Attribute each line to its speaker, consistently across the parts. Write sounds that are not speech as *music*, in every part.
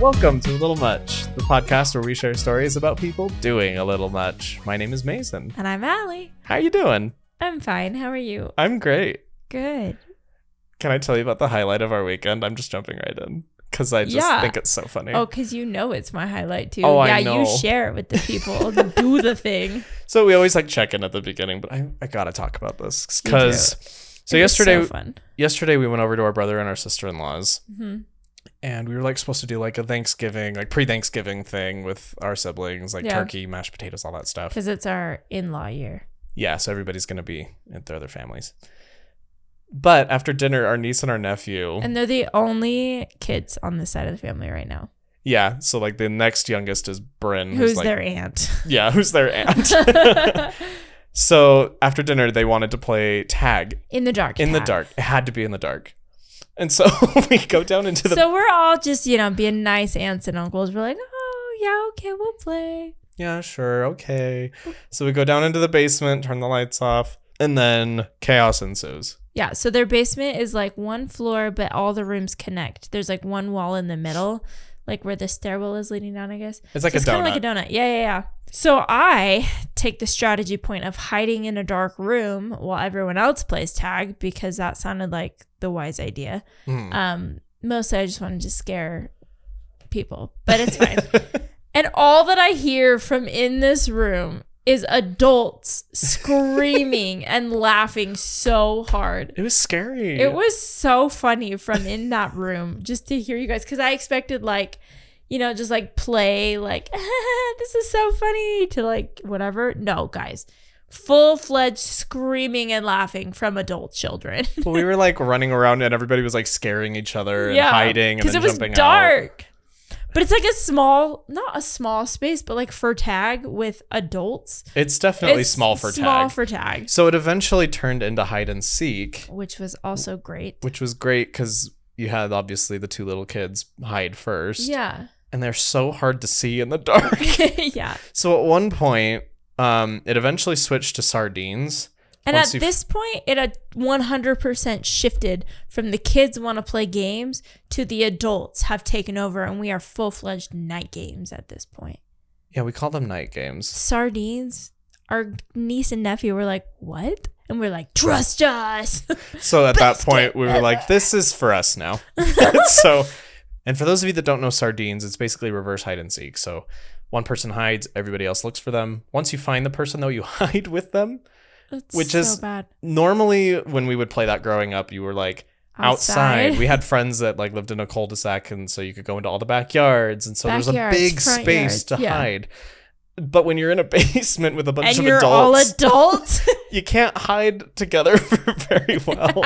Speaker 1: Welcome to A Little Much, the podcast where we share stories about people doing a little much. My name is Mason.
Speaker 2: And I'm Allie.
Speaker 1: How are you doing?
Speaker 2: I'm fine. How are you?
Speaker 1: I'm great.
Speaker 2: Good.
Speaker 1: Can I tell you about the highlight of our weekend? I'm just jumping right in because I just
Speaker 2: Yeah.
Speaker 1: think it's so funny.
Speaker 2: Oh, because you know it's my highlight too.
Speaker 1: Oh, I
Speaker 2: yeah,
Speaker 1: know.
Speaker 2: you share it with
Speaker 1: *laughs*
Speaker 2: the people. Do the thing.
Speaker 1: So we always like check in at the beginning, but I, I gotta talk about this
Speaker 2: You
Speaker 1: because so
Speaker 2: It was
Speaker 1: yesterday
Speaker 2: so fun.
Speaker 1: yesterday we went over to our brother and our sister in laws
Speaker 2: hmm
Speaker 1: and we were like supposed to do like a Thanksgiving like pre Thanksgiving thing with our siblings like
Speaker 2: Yeah.
Speaker 1: turkey, mashed potatoes, all that stuff.
Speaker 2: Because it's our in-law year.
Speaker 1: yeah, so everybody's gonna be with their other families. But after dinner, our niece and our nephew,
Speaker 2: And they're the only kids on this side of the family right now.
Speaker 1: yeah, so like the next youngest is Bryn,
Speaker 2: Who's,
Speaker 1: like,
Speaker 2: their
Speaker 1: *laughs*
Speaker 2: aunt?
Speaker 1: yeah, who's
Speaker 2: *laughs*
Speaker 1: their aunt. *laughs* so after dinner, they wanted to play tag
Speaker 2: in the dark.
Speaker 1: in the
Speaker 2: cat.
Speaker 1: dark. It had to be in the dark, and so *laughs* we go down into the
Speaker 2: So we're all just, you know, being nice aunts and uncles. We're like, oh, yeah, okay, we'll play.
Speaker 1: yeah, sure, okay. So we go down into the basement, turn the lights off, and then chaos ensues.
Speaker 2: Yeah, so their basement is like one floor, but all the rooms connect. There's like one wall in the middle, like where the stairwell is leading down, I guess.
Speaker 1: It's like
Speaker 2: So it's
Speaker 1: a
Speaker 2: kind
Speaker 1: donut.
Speaker 2: of like a donut. Yeah, yeah, yeah. So I take the strategy point of hiding in a dark room while everyone else plays tag because that sounded like the wise idea.
Speaker 1: Mm.
Speaker 2: Um, mostly I just wanted to scare people, but
Speaker 1: *laughs*
Speaker 2: it's fine. and all that I hear from in this room is
Speaker 1: *laughs*
Speaker 2: adults screaming and laughing so hard.
Speaker 1: It was scary.
Speaker 2: It was so funny from in that room just to hear you guys because I expected like, you know, just like play like *laughs* this is so funny to like whatever. No, guys, full fledged screaming and laughing from adult children. *laughs*
Speaker 1: But we were like running around and everybody was like scaring each other and hiding and
Speaker 2: because
Speaker 1: then
Speaker 2: it was
Speaker 1: jumping out.
Speaker 2: dark. But it's like a small, not a small space, but like for tag with adults.
Speaker 1: It's definitely
Speaker 2: It's
Speaker 1: small for
Speaker 2: Small
Speaker 1: tag.
Speaker 2: for tag,
Speaker 1: so it eventually turned into hide and seek,
Speaker 2: which was also great.
Speaker 1: which was great because you had obviously the two little kids hide first.
Speaker 2: Yeah, *laughs*
Speaker 1: And they're so hard to see in the dark.
Speaker 2: yeah.
Speaker 1: so at one point, um, it eventually switched to sardines.
Speaker 2: And
Speaker 1: Once
Speaker 2: at
Speaker 1: you've-
Speaker 2: this point, it had 100% shifted from the kids want to play games to the adults have taken over, and we are full fledged night games at this point.
Speaker 1: Yeah, we call them night games.
Speaker 2: Sardines, our niece and nephew were like, What? And we're like, Trust us. *laughs*
Speaker 1: So at that point, we were like, this is for us now. *laughs* so, and for those of you that don't know sardines, it's basically reverse hide and seek. So one person hides, everybody else looks for them. Once you find the person, though, you *laughs* hide with them.
Speaker 2: That's
Speaker 1: Which
Speaker 2: so
Speaker 1: is
Speaker 2: bad.
Speaker 1: Normally, when we would play that growing up, you were like outside. We had friends that like lived in a cul-de-sac, and so you could go into all the backyards, and so there was
Speaker 2: Backyards,
Speaker 1: a big
Speaker 2: front
Speaker 1: space
Speaker 2: yards,
Speaker 1: to
Speaker 2: yeah.
Speaker 1: hide. But when you're in a *laughs* basement with a bunch
Speaker 2: and
Speaker 1: of
Speaker 2: you're
Speaker 1: adults,
Speaker 2: all
Speaker 1: *laughs*
Speaker 2: adults.
Speaker 1: you can't hide together *laughs* very well.
Speaker 2: *laughs*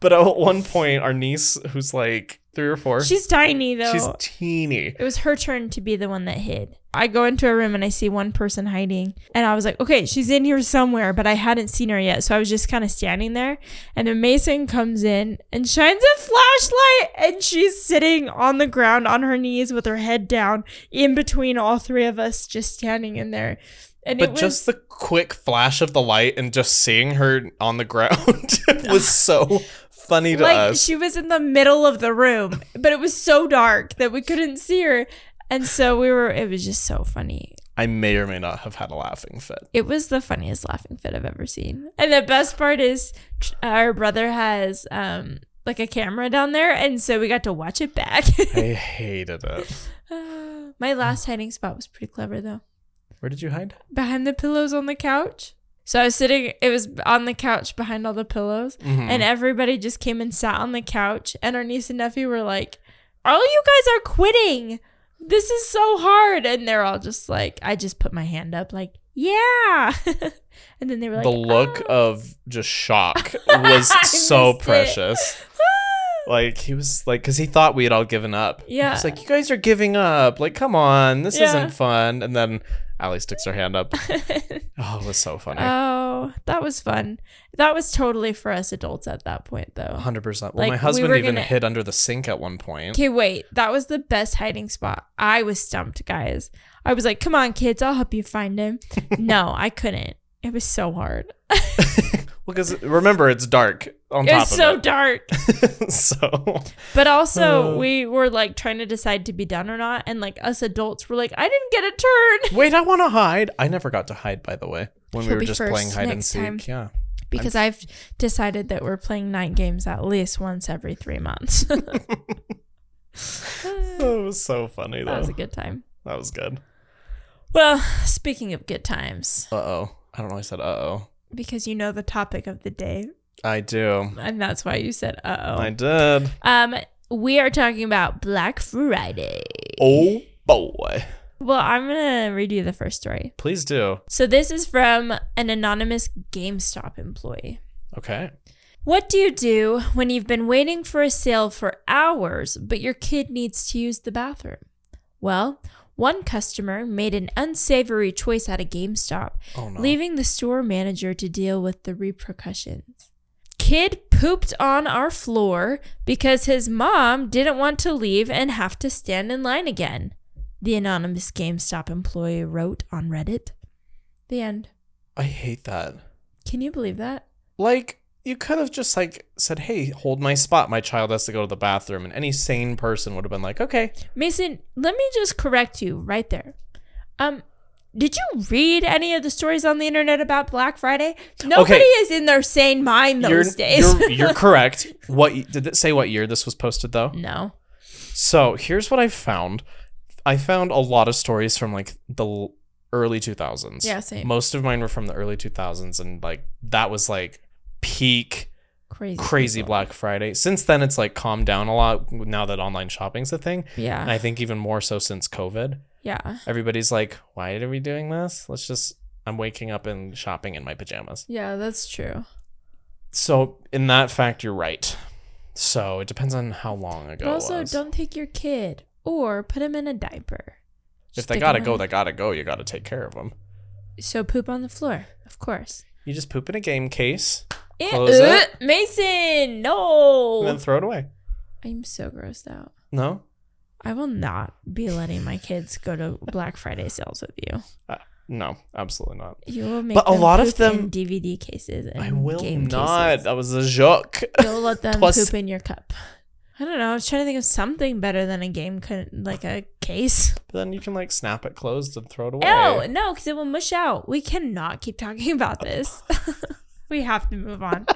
Speaker 1: but at one point, our niece, who's like three or four,
Speaker 2: She's tiny, though.
Speaker 1: she's teeny.
Speaker 2: It was her turn to be the one that hid. I go into a room and I see one person hiding. And I was like, okay, she's in here somewhere, but I hadn't seen her yet. So I was just kind of standing there. And then Mason comes in and shines a flashlight. And she's sitting on the ground on her knees with her head down in between all three of us, just standing in there. And it
Speaker 1: But
Speaker 2: was
Speaker 1: just the quick flash of the light and just seeing her on the ground *laughs*
Speaker 2: *sighs*
Speaker 1: was so funny to
Speaker 2: like
Speaker 1: us.
Speaker 2: she was in the middle of the room, but it was so dark that we couldn't see her. And so we were, it was just so funny.
Speaker 1: I may or may not have had a laughing fit.
Speaker 2: It was the funniest laughing fit I've ever seen. And the best part is tr- our brother has um like a camera down there and so we got to watch it back. *laughs* Uh,
Speaker 1: I hated it.
Speaker 2: My last hiding spot was pretty clever though.
Speaker 1: Where did you hide?
Speaker 2: Behind the pillows on the couch. So I was sitting it was on the couch behind all the pillows
Speaker 1: Mm-hmm.
Speaker 2: and everybody just came and sat on the couch and our niece and nephew were like, "Oh, you guys are quitting. This is so hard." And they're all just like, I just put my hand up like, "Yeah." *laughs* and then they were like,
Speaker 1: the look
Speaker 2: "Ah."
Speaker 1: of just shock was
Speaker 2: *laughs* I
Speaker 1: so
Speaker 2: missed it.
Speaker 1: precious.
Speaker 2: *gasps*
Speaker 1: Like he was like, because he thought we had all given up.
Speaker 2: Yeah.
Speaker 1: It's like you guys are giving up. Like, come on, this
Speaker 2: Yeah.
Speaker 1: isn't fun. And then Allie sticks her hand
Speaker 2: *laughs*
Speaker 1: up. Oh, it was so funny.
Speaker 2: oh, that was fun. That was totally for us adults at that point, though.
Speaker 1: Hundred percent. Well,
Speaker 2: like,
Speaker 1: my
Speaker 2: we
Speaker 1: husband
Speaker 2: were
Speaker 1: even
Speaker 2: gonna-
Speaker 1: hid under the sink at one point.
Speaker 2: Okay, wait. That was the best hiding spot. I was stumped, guys. I was like, come on, kids, I'll help you
Speaker 1: *laughs*
Speaker 2: find him. no, I couldn't. It was so hard.
Speaker 1: because remember it's dark on
Speaker 2: It
Speaker 1: top
Speaker 2: was so
Speaker 1: of *laughs*
Speaker 2: dark.
Speaker 1: it. so
Speaker 2: But also,
Speaker 1: Uh.
Speaker 2: we were like trying to decide to be done or not. And like us adults were like, I didn't get a turn
Speaker 1: wait, I want to hide. I never got to hide, by the way, when we
Speaker 2: She'll
Speaker 1: were
Speaker 2: be
Speaker 1: just
Speaker 2: first
Speaker 1: playing hide and
Speaker 2: next
Speaker 1: seek.
Speaker 2: time.
Speaker 1: Yeah,
Speaker 2: because i have decided that we're playing night games at least once every
Speaker 1: *laughs*
Speaker 2: three months. *laughs* that
Speaker 1: it was so funny though.
Speaker 2: was a good time.
Speaker 1: that was good.
Speaker 2: Well, speaking of good times,
Speaker 1: Uh oh. I don't know. why I said uh oh.
Speaker 2: because you know the topic of the day,
Speaker 1: I do.
Speaker 2: and that's why you said,
Speaker 1: I
Speaker 2: uh
Speaker 1: did.
Speaker 2: oh. Um, we are talking about Black Friday.
Speaker 1: Oh boy.
Speaker 2: Well, I'm going to read you the first story.
Speaker 1: Please do.
Speaker 2: So, this is from an anonymous GameStop employee.
Speaker 1: Okay.
Speaker 2: What do you do when you've been waiting for a sale for hours, but your kid needs to use the bathroom? Well, one customer made an unsavory choice at a GameStop,
Speaker 1: Oh no.
Speaker 2: leaving the store manager to deal with the repercussions. Kid pooped on our floor because his mom didn't want to leave and have to stand in line again, the anonymous GameStop employee wrote on Reddit. The end.
Speaker 1: I hate that.
Speaker 2: Can you believe that?
Speaker 1: Like you could have just like said, "Hey, hold my spot. My child has to go to the bathroom." And any sane person would have been like, "Okay."
Speaker 2: Mason, let me just correct you right there. Um, did you read any of the stories on the internet about Black Friday? Nobody is in their sane mind those days.
Speaker 1: You're, you're correct. What y- did it say? What year this was posted though?
Speaker 2: *laughs* no.
Speaker 1: So here's what I found. I found a lot of stories from like the l- early 2000s.
Speaker 2: Yeah, same.
Speaker 1: Most of mine were from the early 2000s, and like that was like peak
Speaker 2: Crazy.
Speaker 1: crazy
Speaker 2: people.
Speaker 1: Black Friday. Since then, it's like calmed down a lot now that online shopping's a thing. And
Speaker 2: Yeah.
Speaker 1: I think even more so since COVID.
Speaker 2: Yeah.
Speaker 1: Everybody's like, why are we doing this? Let's just, I'm waking up and shopping in my pajamas.
Speaker 2: Yeah, that's true.
Speaker 1: So in that fact, you're right. So it depends on how long ago.
Speaker 2: But also,
Speaker 1: it was.
Speaker 2: don't take your kid or put him in a diaper.
Speaker 1: if
Speaker 2: Just
Speaker 1: they
Speaker 2: stick
Speaker 1: gotta
Speaker 2: him
Speaker 1: go,
Speaker 2: in-
Speaker 1: they gotta go. You gotta take care of them.
Speaker 2: So poop on the floor, of course.
Speaker 1: You just poop in a game case
Speaker 2: Eh,
Speaker 1: Close
Speaker 2: uh,
Speaker 1: it.
Speaker 2: Mason,
Speaker 1: and then
Speaker 2: no.
Speaker 1: throw it away.
Speaker 2: I'm so grossed out.
Speaker 1: No,
Speaker 2: I will not be letting my kids go to Black Friday sales with you.
Speaker 1: Uh, no, absolutely not.
Speaker 2: You will make
Speaker 1: But a
Speaker 2: them
Speaker 1: lot of
Speaker 2: poop in
Speaker 1: them-
Speaker 2: DVD cases. And
Speaker 1: I will
Speaker 2: game
Speaker 1: not.
Speaker 2: Cases.
Speaker 1: That was a joke. *laughs*
Speaker 2: You'll let them
Speaker 1: Plus-
Speaker 2: poop in your cup. I don't know. I was trying to think of something better than a game, co- like a case.
Speaker 1: then you can like snap it closed and throw it away.
Speaker 2: Oh no, because it will mush out. We cannot keep talking *laughs* about this. we have to move on.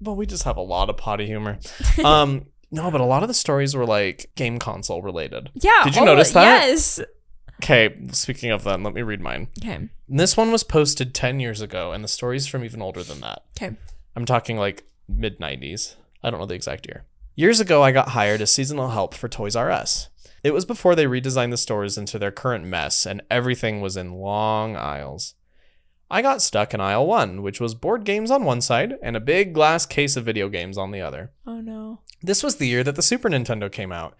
Speaker 1: But we just have a lot of potty humor. Um, no, but a lot of the stories were like game console related.
Speaker 2: Yeah.
Speaker 1: Did you
Speaker 2: all-
Speaker 1: notice that?
Speaker 2: Yes.
Speaker 1: Okay, speaking of them, let me read mine.
Speaker 2: Okay.
Speaker 1: This one was posted 10 years ago, and the story's from even older than that.
Speaker 2: Okay.
Speaker 1: I'm talking like mid 90s. I don't know the exact year. Years ago, I got hired as seasonal help for Toys R Us. It was before they redesigned the stores into their current mess and everything was in long aisles. I got stuck in aisle one, which was board games on one side and a big glass case of video games on the other.
Speaker 2: Oh no.
Speaker 1: This was the year that the Super Nintendo came out.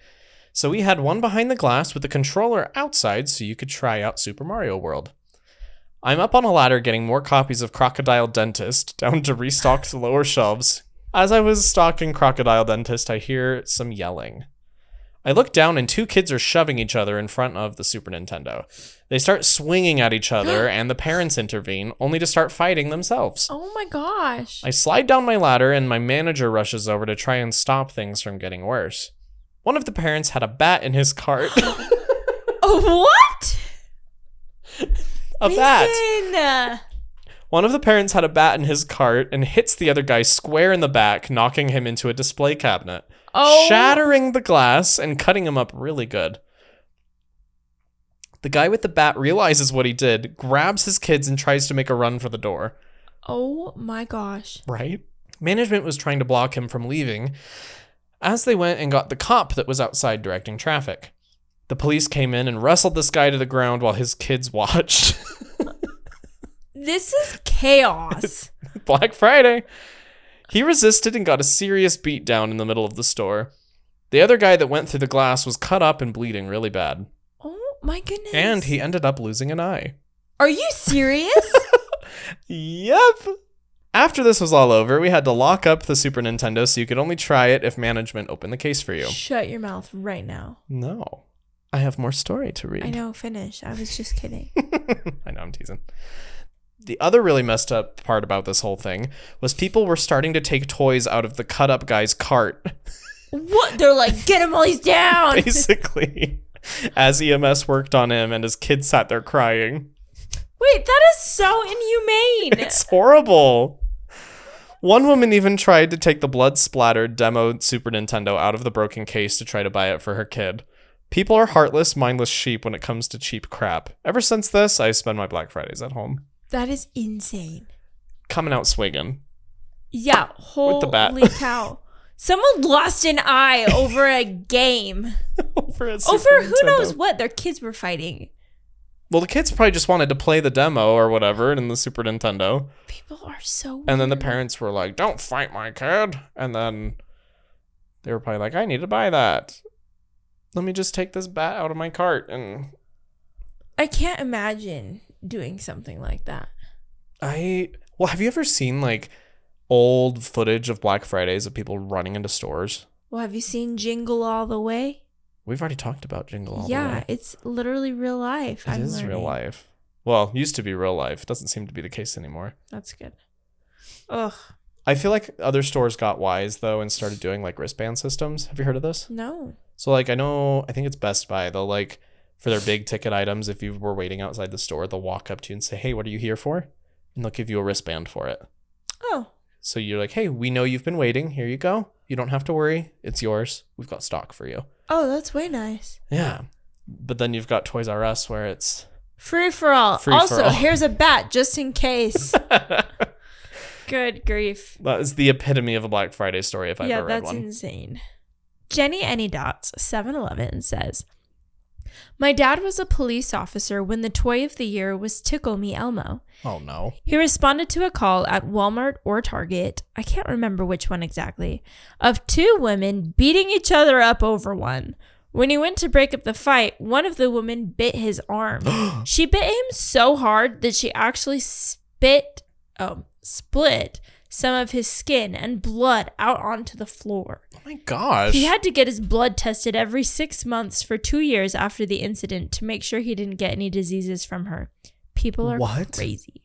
Speaker 1: So we had one behind the glass with the controller outside so you could try out Super Mario World. I'm up on a ladder getting more copies of Crocodile Dentist down to restock the lower shelves. As I was stocking Crocodile Dentist, I hear some yelling. I look down and two kids are shoving each other in front of the Super Nintendo. They start swinging at each other and the parents intervene, only to start fighting themselves.
Speaker 2: Oh my gosh.
Speaker 1: I slide down my ladder, and my manager rushes over to try and stop things from getting worse. One of the parents had a bat in his cart.
Speaker 2: oh what?
Speaker 1: a bat.
Speaker 2: Mason!
Speaker 1: One of the parents had a bat in his cart and hits the other guy square in the back, knocking him into a display cabinet,
Speaker 2: Oh.
Speaker 1: shattering the glass and cutting him up really good. The guy with the bat realizes what he did, grabs his kids, and tries to make a run for the door.
Speaker 2: Oh my gosh.
Speaker 1: Right? Management was trying to block him from leaving as they went and got the cop that was outside directing traffic. The police came in and wrestled this guy to the ground while his kids *laughs* watched.
Speaker 2: This is *laughs* chaos.
Speaker 1: Black Friday. He resisted and got a serious beat down in the middle of the store. The other guy that went through the glass was cut up and bleeding really bad,
Speaker 2: oh my goodness.
Speaker 1: and he ended up losing an eye.
Speaker 2: Are you *laughs* serious?
Speaker 1: Yep. After this was all over, we had to lock up the Super Nintendo so you could only try it if management opened the case for you.
Speaker 2: Shut your mouth right now.
Speaker 1: No. I have more story to read.
Speaker 2: I know, finish. I was just *laughs* kidding.
Speaker 1: I know I'm teasing. The other really messed up part about this whole thing was people were starting to take toys out of the cut up guy's
Speaker 2: *laughs*
Speaker 1: cart,
Speaker 2: what? They're like, get him while he's down.
Speaker 1: basically, as EMS worked on him and his kid sat there crying.
Speaker 2: Wait, that is so inhumane.
Speaker 1: It's horrible. One woman even tried to take the blood splattered demo Super Nintendo out of the broken case to try to buy it for her kid. People are heartless, mindless sheep when it comes to cheap crap. Ever since this, I spend my Black Fridays at home.
Speaker 2: that is insane.
Speaker 1: Coming out swinging.
Speaker 2: Yeah, holy
Speaker 1: With the bat.
Speaker 2: cow. Someone lost an eye over
Speaker 1: *laughs*
Speaker 2: a game.
Speaker 1: over a Super
Speaker 2: over Oh, who knows
Speaker 1: Nintendo.
Speaker 2: what their kids were fighting.
Speaker 1: Well, the kids probably just wanted to play the demo or whatever in the Super Nintendo.
Speaker 2: People are so
Speaker 1: And then the
Speaker 2: weird.
Speaker 1: parents were like, don't fight my kid. And then they were probably like, I need to buy that. Let me just take this bat out of my cart. And
Speaker 2: I can't imagine doing something like that.
Speaker 1: I. Well, have you ever seen like old footage of Black Fridays of people running into stores?
Speaker 2: Well, have you seen Jingle All the Way?
Speaker 1: We've already talked about Jingle All
Speaker 2: yeah,
Speaker 1: the Way.
Speaker 2: it's literally real life.
Speaker 1: It
Speaker 2: I'm
Speaker 1: is real
Speaker 2: learning.
Speaker 1: life. Well, used to be real life. Doesn't seem to be the case anymore.
Speaker 2: That's good. Ugh,
Speaker 1: I feel like other stores got wise though and started doing like wristband systems. Have you heard of this?
Speaker 2: no.
Speaker 1: So like I know I think it's Best Buy. They'll like for their big ticket items, if you were waiting outside the store, they'll walk up to you and say, "Hey, what are you here for?" And they'll give you a wristband for it.
Speaker 2: Oh,
Speaker 1: So you're like, "Hey, we know you've been waiting. Here you go. You don't have to worry. It's yours. We've got stock for you."
Speaker 2: oh, that's way nice.
Speaker 1: Yeah. But then you've got Toys R Us where it's
Speaker 2: Free for all.
Speaker 1: Free for
Speaker 2: also,
Speaker 1: all.
Speaker 2: here's a bat just
Speaker 1: *laughs*
Speaker 2: in case.
Speaker 1: that
Speaker 2: good grief.
Speaker 1: is the epitome of a Black Friday story if I've
Speaker 2: yeah,
Speaker 1: ever read
Speaker 2: that's
Speaker 1: one.
Speaker 2: insane. Jenny Any Dots 711 says, "My dad was a police officer when the toy of the year was Tickle Me Elmo.
Speaker 1: oh no.
Speaker 2: He responded to a call at Walmart or Target, I can't remember which one exactly, of two women beating each other up over one. When he went to break up the fight, one of the women bit his arm. she bit him so hard that she actually spit, oh, split some of his skin and blood out onto the floor.
Speaker 1: Oh my gosh.
Speaker 2: He had to get his blood tested every six months for two years after the incident to make sure he didn't get any diseases from her. People are
Speaker 1: What?
Speaker 2: crazy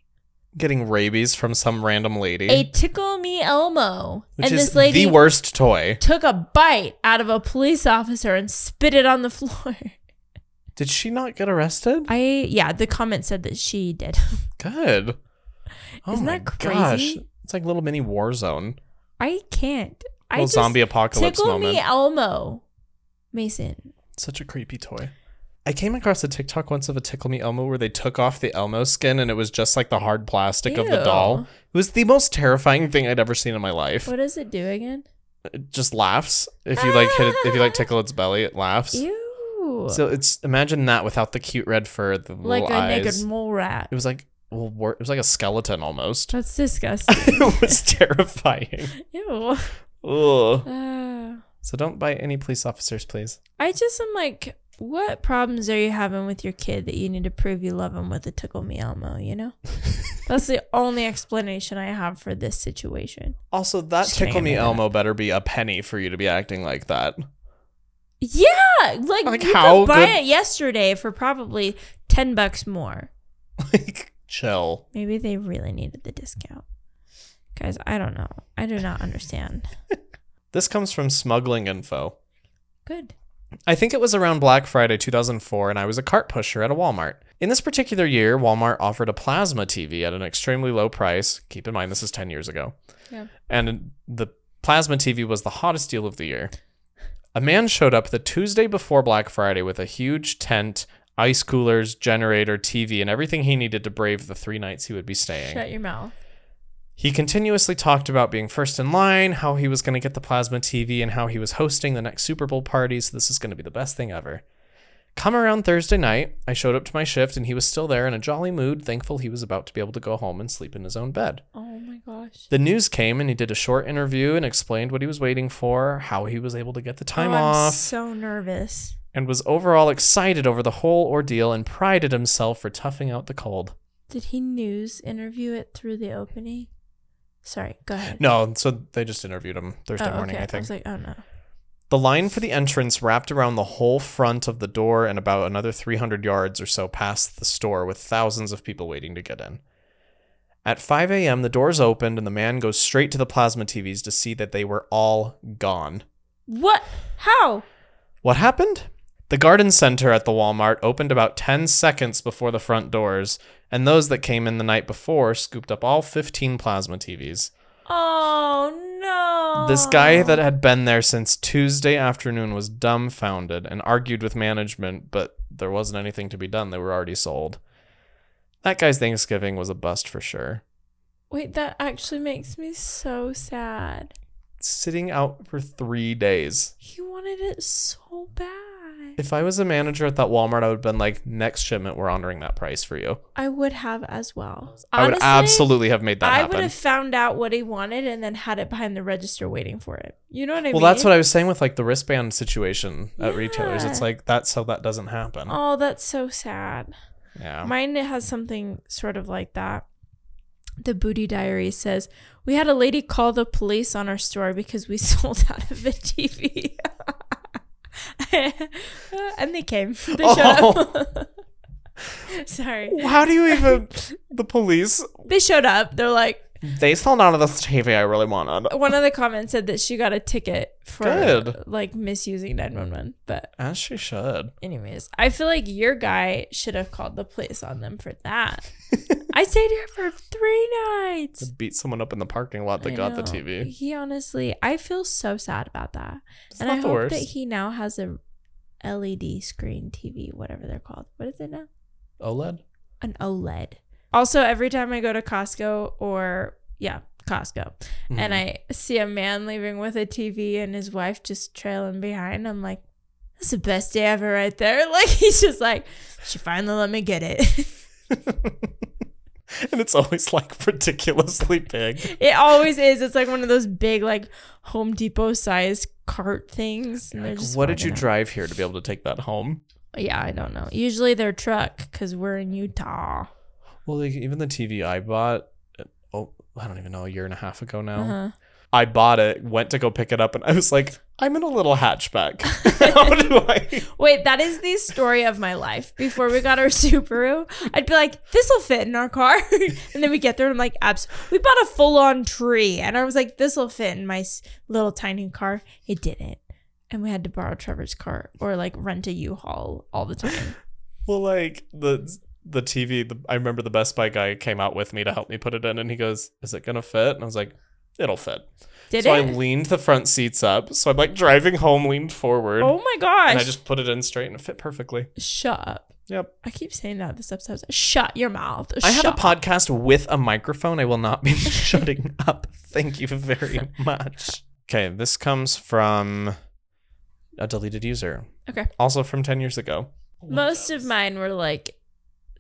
Speaker 1: Getting rabies from some random lady.
Speaker 2: a tickle me elmo
Speaker 1: which
Speaker 2: and
Speaker 1: is
Speaker 2: this lady
Speaker 1: the worst toy.
Speaker 2: took a bite out of a police officer and spit it on the floor *laughs*
Speaker 1: Did she not get arrested?
Speaker 2: i yeah the comment said that she did *laughs*
Speaker 1: Good. Oh
Speaker 2: Isn't
Speaker 1: my
Speaker 2: that
Speaker 1: gosh.
Speaker 2: crazy?
Speaker 1: It's like little mini war zone.
Speaker 2: i can't i
Speaker 1: little
Speaker 2: just
Speaker 1: zombie apocalypse
Speaker 2: tickle
Speaker 1: moment.
Speaker 2: me elmo mason
Speaker 1: Such a creepy toy. I came across a TikTok once of a Tickle Me Elmo where they took off the Elmo skin and it was just like the hard plastic of the doll.
Speaker 2: Ew.
Speaker 1: It was the most terrifying thing I'd ever seen in my life.
Speaker 2: what does it do again
Speaker 1: It just laughs. If you like hit it, if you like tickle its belly, it laughs.
Speaker 2: ew
Speaker 1: So it's imagine that without the cute red fur, the
Speaker 2: like
Speaker 1: little
Speaker 2: a
Speaker 1: eyes.
Speaker 2: naked mole rat
Speaker 1: It was like well, wor- it was like a skeleton almost.
Speaker 2: that's disgusting *laughs*
Speaker 1: *laughs* it was terrifying.
Speaker 2: ew
Speaker 1: Ugh.
Speaker 2: uh,
Speaker 1: So don't bite any police officers, please.
Speaker 2: i just am like what problems are you having with your kid that you need to prove you love him with a tickle me elmo
Speaker 1: *laughs*
Speaker 2: you know That's the only explanation I have for this situation.
Speaker 1: Also, that
Speaker 2: Just
Speaker 1: tickle
Speaker 2: kidding,
Speaker 1: me
Speaker 2: I made
Speaker 1: Elmo better be a penny for you to be acting like that. *laughs*
Speaker 2: Yeah, like,
Speaker 1: Like,
Speaker 2: you
Speaker 1: how
Speaker 2: could buy
Speaker 1: good-
Speaker 2: it yesterday for probably ten bucks more.
Speaker 1: Like, chill.
Speaker 2: Maybe they really needed the discount. Guys, I don't know. I do not understand.
Speaker 1: This comes from smuggling info.
Speaker 2: Good.
Speaker 1: I think it was around Black Friday 2004, and I was a cart pusher at a Walmart. In this particular year, Walmart offered a plasma TV at an extremely low price. Keep in mind, this is 10 years ago.
Speaker 2: Yeah.
Speaker 1: And the plasma TV was the hottest deal of the year. A man showed up the Tuesday before Black Friday with a huge tent, ice coolers, generator, TV, and everything he needed to brave the three nights he would be staying.
Speaker 2: Shut your mouth.
Speaker 1: He continuously talked about being first in line, how he was going to get the plasma TV, and how he was hosting the next Super Bowl party, so this is going to be the best thing ever. Come around Thursday night, I showed up to my shift, and he was still there in a jolly mood, thankful he was about to be able to go home and sleep in his own bed.
Speaker 2: Oh my gosh.
Speaker 1: The news came, and he did a short interview and explained what he was waiting for, how he was able to get the time
Speaker 2: Oh, I'm
Speaker 1: off,
Speaker 2: so nervous.
Speaker 1: and was overall excited over the whole ordeal and prided himself for toughing out the cold.
Speaker 2: Did he news interview it through the opening? Sorry, go ahead.
Speaker 1: No, so they just interviewed him Thursday
Speaker 2: oh,
Speaker 1: morning,
Speaker 2: okay.
Speaker 1: I think.
Speaker 2: was like, oh no.
Speaker 1: The line for the entrance wrapped around the whole front of the door and about another 300 yards or so past the store, with thousands of people waiting to get in. At 5 a.m., the doors opened and the man goes straight to the plasma TVs to see that they were all gone.
Speaker 2: What? How?
Speaker 1: What happened? The garden center at the Walmart opened about 10 seconds before the front doors, and those that came in the night before scooped up all 15 plasma TVs.
Speaker 2: Oh no.
Speaker 1: This guy that had been there since Tuesday afternoon was dumbfounded and argued with management, but there wasn't anything to be done. They were already sold. That guy's Thanksgiving was a bust for sure.
Speaker 2: Wait, that actually makes me so sad.
Speaker 1: Sitting out for three days.
Speaker 2: He wanted it so bad.
Speaker 1: If I was a manager at that Walmart, I would have been like, next shipment, we're honoring that price for you.
Speaker 2: I would have as well.
Speaker 1: I would absolutely have made that
Speaker 2: I
Speaker 1: happen.
Speaker 2: would have found out what he wanted and then had it behind the register waiting for it. You know what I
Speaker 1: well,
Speaker 2: mean?
Speaker 1: that's what I was saying with like the wristband situation at retailers. It's
Speaker 2: Yeah.
Speaker 1: like, that's how that doesn't happen.
Speaker 2: Oh, that's so sad.
Speaker 1: yeah.
Speaker 2: Mine has something sort of like that. The Booty Diary says, We had a lady call the police on our store because we *laughs* sold out of the TV. *laughs* and they came. *laughs* They showed
Speaker 1: Oh.
Speaker 2: up. *laughs* Sorry.
Speaker 1: How do you
Speaker 2: *laughs*
Speaker 1: even. the police.
Speaker 2: They showed up. They're like,
Speaker 1: They sold out of this TV I really wanted.
Speaker 2: one of the comments said that she got a ticket for
Speaker 1: Good.
Speaker 2: like misusing 911. But,
Speaker 1: As she *laughs* should.
Speaker 2: anyways, I feel like your guy should have called the police on them for that. I stayed here for three nights.
Speaker 1: Beat someone up in the parking lot that
Speaker 2: I
Speaker 1: got the
Speaker 2: know.
Speaker 1: TV.
Speaker 2: He honestly, I feel so sad about that.
Speaker 1: It's
Speaker 2: and
Speaker 1: not
Speaker 2: I
Speaker 1: the
Speaker 2: hope
Speaker 1: worst.
Speaker 2: that he now has a LED screen TV, whatever they're called. What is it now?
Speaker 1: OLED?
Speaker 2: An OLED. Also, every time I go to Costco or yeah, Costco,
Speaker 1: Hmm.
Speaker 2: and I see a man leaving with a TV and his wife just trailing behind, I'm like, that's the best day ever right there. *laughs* Like he's just like, she finally let me get it.
Speaker 1: *laughs*
Speaker 2: *laughs*
Speaker 1: and it's always like ridiculously big.
Speaker 2: It always is. It's like one of those big, like Home Depot sized cart things. and
Speaker 1: Like,
Speaker 2: *laughs* they're just
Speaker 1: what did you
Speaker 2: walking out.
Speaker 1: drive here to be able to take that home?
Speaker 2: Yeah, I don't know. Usually their truck because we're in Utah.
Speaker 1: Well, like even the TV I bought, uh, oh, I don't even know, a year and a half ago now.
Speaker 2: Uh-huh.
Speaker 1: I bought it, went to go pick it up, and I was like, I'm in a little
Speaker 2: *laughs*
Speaker 1: hatchback. *laughs* How do I? *laughs*
Speaker 2: Wait, that is the story of my life. Before we got our *laughs* Subaru, I'd be like, "This will fit in our car," *laughs* and then we get there, and I'm like, "Abs, we bought a full-on tree," and I was like, "This will fit in my s- little tiny car." It didn't, and we had to borrow Trevor's car or like rent a U-Haul all
Speaker 1: *laughs*
Speaker 2: the time.
Speaker 1: Well, like the the TV, the, I remember the Best Buy guy came out with me to help me put it in, and he goes, "Is it gonna fit?" And I was like, "It'll fit."
Speaker 2: Did
Speaker 1: so
Speaker 2: it?
Speaker 1: I leaned the front seats up, so I'm like driving home, leaned forward,
Speaker 2: oh my gosh!
Speaker 1: and I just put it in straight, and it fit perfectly.
Speaker 2: shut up.
Speaker 1: Yep.
Speaker 2: I keep saying that this episode. Shut your mouth.
Speaker 1: I have
Speaker 2: Shut
Speaker 1: a podcast with a microphone. I will not be *laughs* shutting up. Thank you very much. Okay, this comes from a deleted user.
Speaker 2: Okay.
Speaker 1: Also from 10 years ago.
Speaker 2: Most of mine were like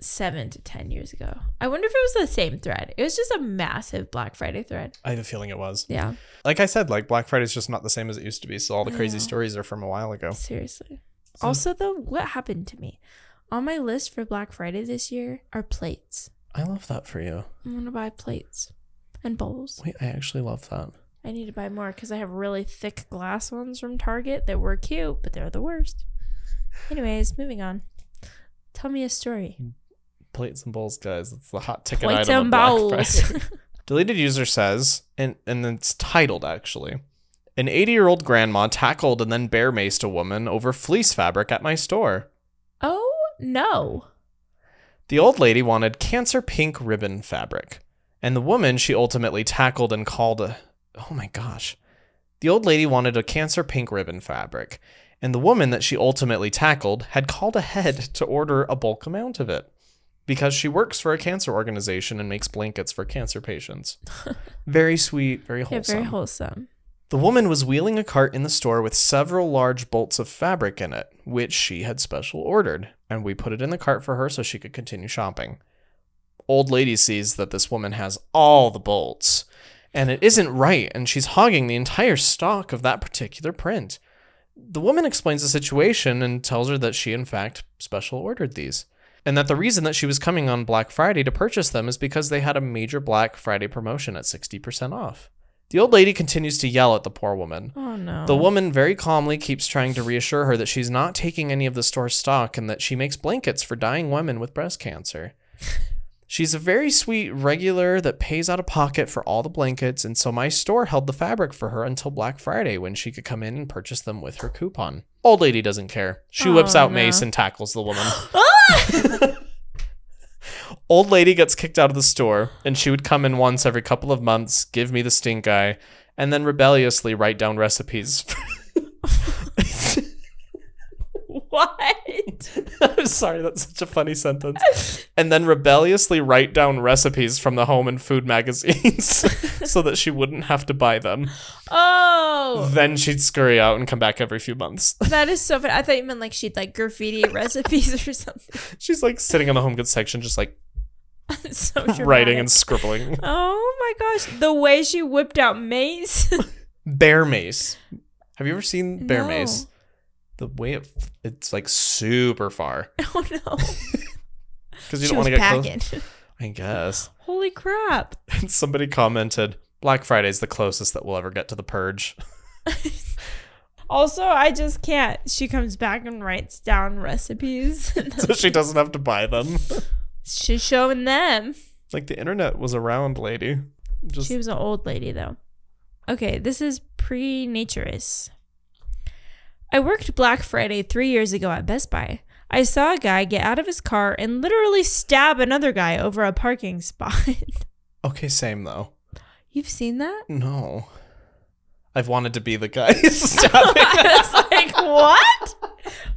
Speaker 2: seven to 10 years ago. I wonder if it was the same thread. It was just a massive Black Friday thread.
Speaker 1: I have a feeling it was.
Speaker 2: Yeah,
Speaker 1: Like I said, like Black Friday's just not the same as it used to be, so all the
Speaker 2: I
Speaker 1: crazy
Speaker 2: know.
Speaker 1: stories are from a while ago.
Speaker 2: seriously.
Speaker 1: So-
Speaker 2: Also, though, what happened to me? On my list for Black Friday this year are plates.
Speaker 1: I love that for you.
Speaker 2: I'm going to buy plates and bowls.
Speaker 1: Wait, I actually love that.
Speaker 2: I need to buy more because I have really thick glass ones from Target that were cute, but they're the worst. Anyways, moving on. Tell me a story.
Speaker 1: Plates and bowls, guys. It's the hot ticket
Speaker 2: Plates
Speaker 1: item
Speaker 2: and
Speaker 1: of Black
Speaker 2: bowls.
Speaker 1: Friday. Deleted user says, and and it's titled actually. An 80 year old grandma tackled and then bear maced a woman over fleece fabric at my store.
Speaker 2: *laughs* oh, no.
Speaker 1: The old lady wanted cancer pink ribbon fabric, and the woman she ultimately tackled and called a. Oh my gosh. The old lady wanted a cancer pink ribbon fabric, and the woman that she ultimately tackled had called ahead to order a bulk amount of it because she works for a cancer organization and makes blankets for cancer
Speaker 2: *laughs*
Speaker 1: patients. very sweet, very
Speaker 2: Yeah,
Speaker 1: wholesome.
Speaker 2: very wholesome.
Speaker 1: The woman was wheeling a cart in the store with several large bolts of fabric in it, which she had special ordered, and we put it in the cart for her so she could continue shopping. Old lady sees that this woman has all the bolts, and it isn't right, and she's hogging the entire stock of that particular print. The woman explains the situation and tells her that she, in fact, special ordered these, and that the reason that she was coming on Black Friday to purchase them is because they had a major Black Friday promotion at 60% off. The old lady continues to yell at the poor woman.
Speaker 2: Oh no.
Speaker 1: The woman very calmly keeps trying to reassure her that she's not taking any of the store's stock and that she makes blankets for dying women with breast
Speaker 2: *laughs*
Speaker 1: cancer. She's a very sweet regular that pays out of pocket for all the blankets, and so my store held the fabric for her until Black Friday when she could come in and purchase them with her coupon. Old lady doesn't care. She whips
Speaker 2: Oh,
Speaker 1: out
Speaker 2: no.
Speaker 1: mace and tackles the
Speaker 2: *gasps*
Speaker 1: woman.
Speaker 2: *laughs* Ah!
Speaker 1: Old lady gets kicked out of the store, and she would come in once every couple of months, give me the stink eye, and then rebelliously write down recipes.
Speaker 2: what?
Speaker 1: *laughs* I'm sorry, that's such a funny sentence. And then rebelliously write down recipes from the home and food magazines *laughs* so that she wouldn't have to buy them.
Speaker 2: Oh,
Speaker 1: Then she'd scurry out and come back every few months. *laughs*
Speaker 2: that is so funny. I thought you meant like she'd like graffiti *laughs* recipes or something. *laughs*
Speaker 1: She's like sitting in the home goods section, just like
Speaker 2: It's
Speaker 1: *laughs*
Speaker 2: so dramatic.
Speaker 1: writing and scribbling.
Speaker 2: Oh my gosh, the way she whipped out *laughs* Oh, mace.
Speaker 1: Bear mace. Have you ever seen bear
Speaker 2: No.
Speaker 1: mace? The way it, it's like super
Speaker 2: *laughs*
Speaker 1: far *laughs*
Speaker 2: oh no.
Speaker 1: because you
Speaker 2: She
Speaker 1: don't
Speaker 2: was
Speaker 1: want to get close.
Speaker 2: packing. *laughs*
Speaker 1: I guess.
Speaker 2: Holy crap.
Speaker 1: And somebody commented, "Black Friday's the closest that we'll ever get to the purge." *laughs*
Speaker 2: Also, I just can't. She comes back and writes down recipes. *laughs*
Speaker 1: so she doesn't have to buy them.
Speaker 2: She's showing them.
Speaker 1: Like the internet was around, lady. Just
Speaker 2: She was an old lady, though. Okay, this is pre naturist. I worked Black Friday three years ago at Best Buy. I saw a guy get out of his car and literally stab another guy over a parking spot. *laughs*
Speaker 1: okay, same though.
Speaker 2: You've seen that?
Speaker 1: No, I've wanted to be the guy *laughs* stabbing.
Speaker 2: I was like, what?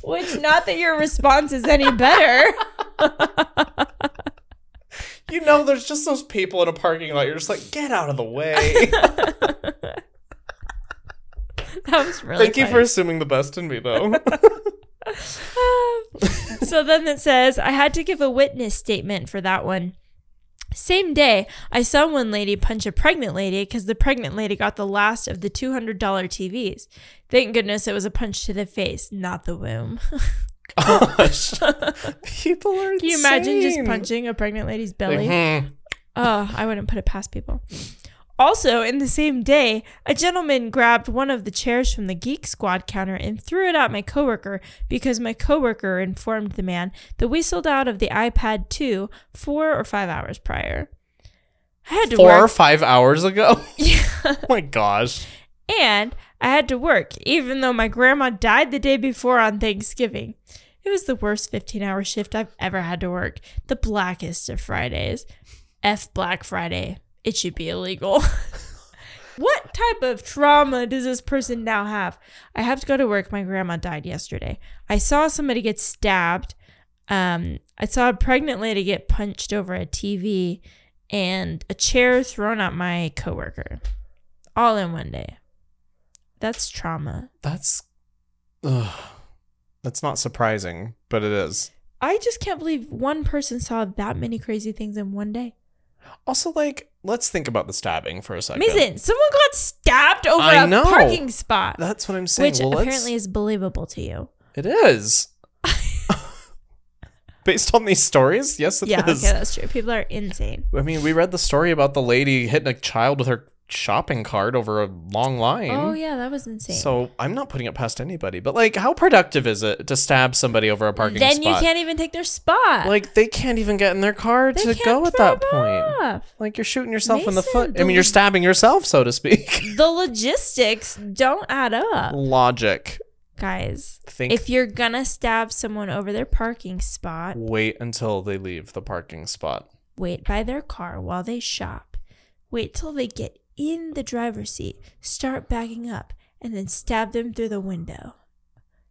Speaker 2: Which, not that your response is any better. *laughs*
Speaker 1: you know, there's just those people in a parking lot. You're just like, get out of the
Speaker 2: *laughs*
Speaker 1: way.
Speaker 2: That was really
Speaker 1: Thank you for
Speaker 2: funny.
Speaker 1: assuming the best in me,
Speaker 2: *laughs*
Speaker 1: though.
Speaker 2: so then it says, I had to give a witness statement for that one. Same day, I saw one lady punch a pregnant lady because the pregnant lady got the last of the $200 TVs. Thank goodness it was a punch to the face, not the womb. *laughs*
Speaker 1: Gosh, people are.
Speaker 2: Can you imagine just
Speaker 1: insane.
Speaker 2: punching a pregnant lady's
Speaker 1: Like,
Speaker 2: belly?
Speaker 1: hmm.
Speaker 2: Oh, I wouldn't put it past people. Also, in the same day, a gentleman grabbed one of the chairs from the Geek Squad counter and threw it at my coworker because my coworker informed the man that we sold out of the iPad 2 four or five hours prior. I had to
Speaker 1: Four or
Speaker 2: work,
Speaker 1: five hours
Speaker 2: *laughs*
Speaker 1: ago. *laughs* oh my gosh.
Speaker 2: and I had to work, even though my grandma died the day before on Thanksgiving. It was the worst 15 hour shift I've ever had to work, the blackest of Fridays. F Black Friday. It should be illegal. *laughs* what type of trauma does this person now have? I have to go to work. My grandma died yesterday. I saw somebody get stabbed. Um, I saw a pregnant lady get punched over a TV and a chair thrown at my coworker. All in one day. That's trauma.
Speaker 1: That's. Ugh. That's not surprising, but it is.
Speaker 2: I just can't believe one person saw that many crazy things in one day.
Speaker 1: Also, like, let's think about the stabbing for a second.
Speaker 2: Mason, someone got stabbed over
Speaker 1: um, I
Speaker 2: a
Speaker 1: know.
Speaker 2: parking spot,
Speaker 1: That's what I'm saying.
Speaker 2: which
Speaker 1: Well, let's-
Speaker 2: apparently is believable
Speaker 1: *laughs*
Speaker 2: to you.
Speaker 1: it
Speaker 2: *laughs*
Speaker 1: is. Based on these stories, yes, it is.
Speaker 2: yeah, okay, that's true. People are insane.
Speaker 1: I mean, we read the story about the lady hitting a child with her shopping cart over a long line.
Speaker 2: Oh yeah, that was insane.
Speaker 1: So I'm not putting it past anybody, but like, how productive is it to stab somebody over a parking
Speaker 2: then
Speaker 1: spot?
Speaker 2: you can't even take their spot.
Speaker 1: Like, they can't even get in their car
Speaker 2: They
Speaker 1: to
Speaker 2: can't
Speaker 1: go at
Speaker 2: drive
Speaker 1: that point.
Speaker 2: off.
Speaker 1: Like, you're shooting yourself in the
Speaker 2: Mason,
Speaker 1: foot. I
Speaker 2: the-
Speaker 1: mean, you're stabbing yourself, so to
Speaker 2: *laughs*
Speaker 1: speak.
Speaker 2: The logistics don't add up,
Speaker 1: Logic.
Speaker 2: guys.
Speaker 1: Think.
Speaker 2: If you're gonna stab someone over their parking spot,
Speaker 1: wait until they leave the parking spot.
Speaker 2: wait by their car while they shop, wait till they get in the driver's seat, start backing up, and then stab them through the window.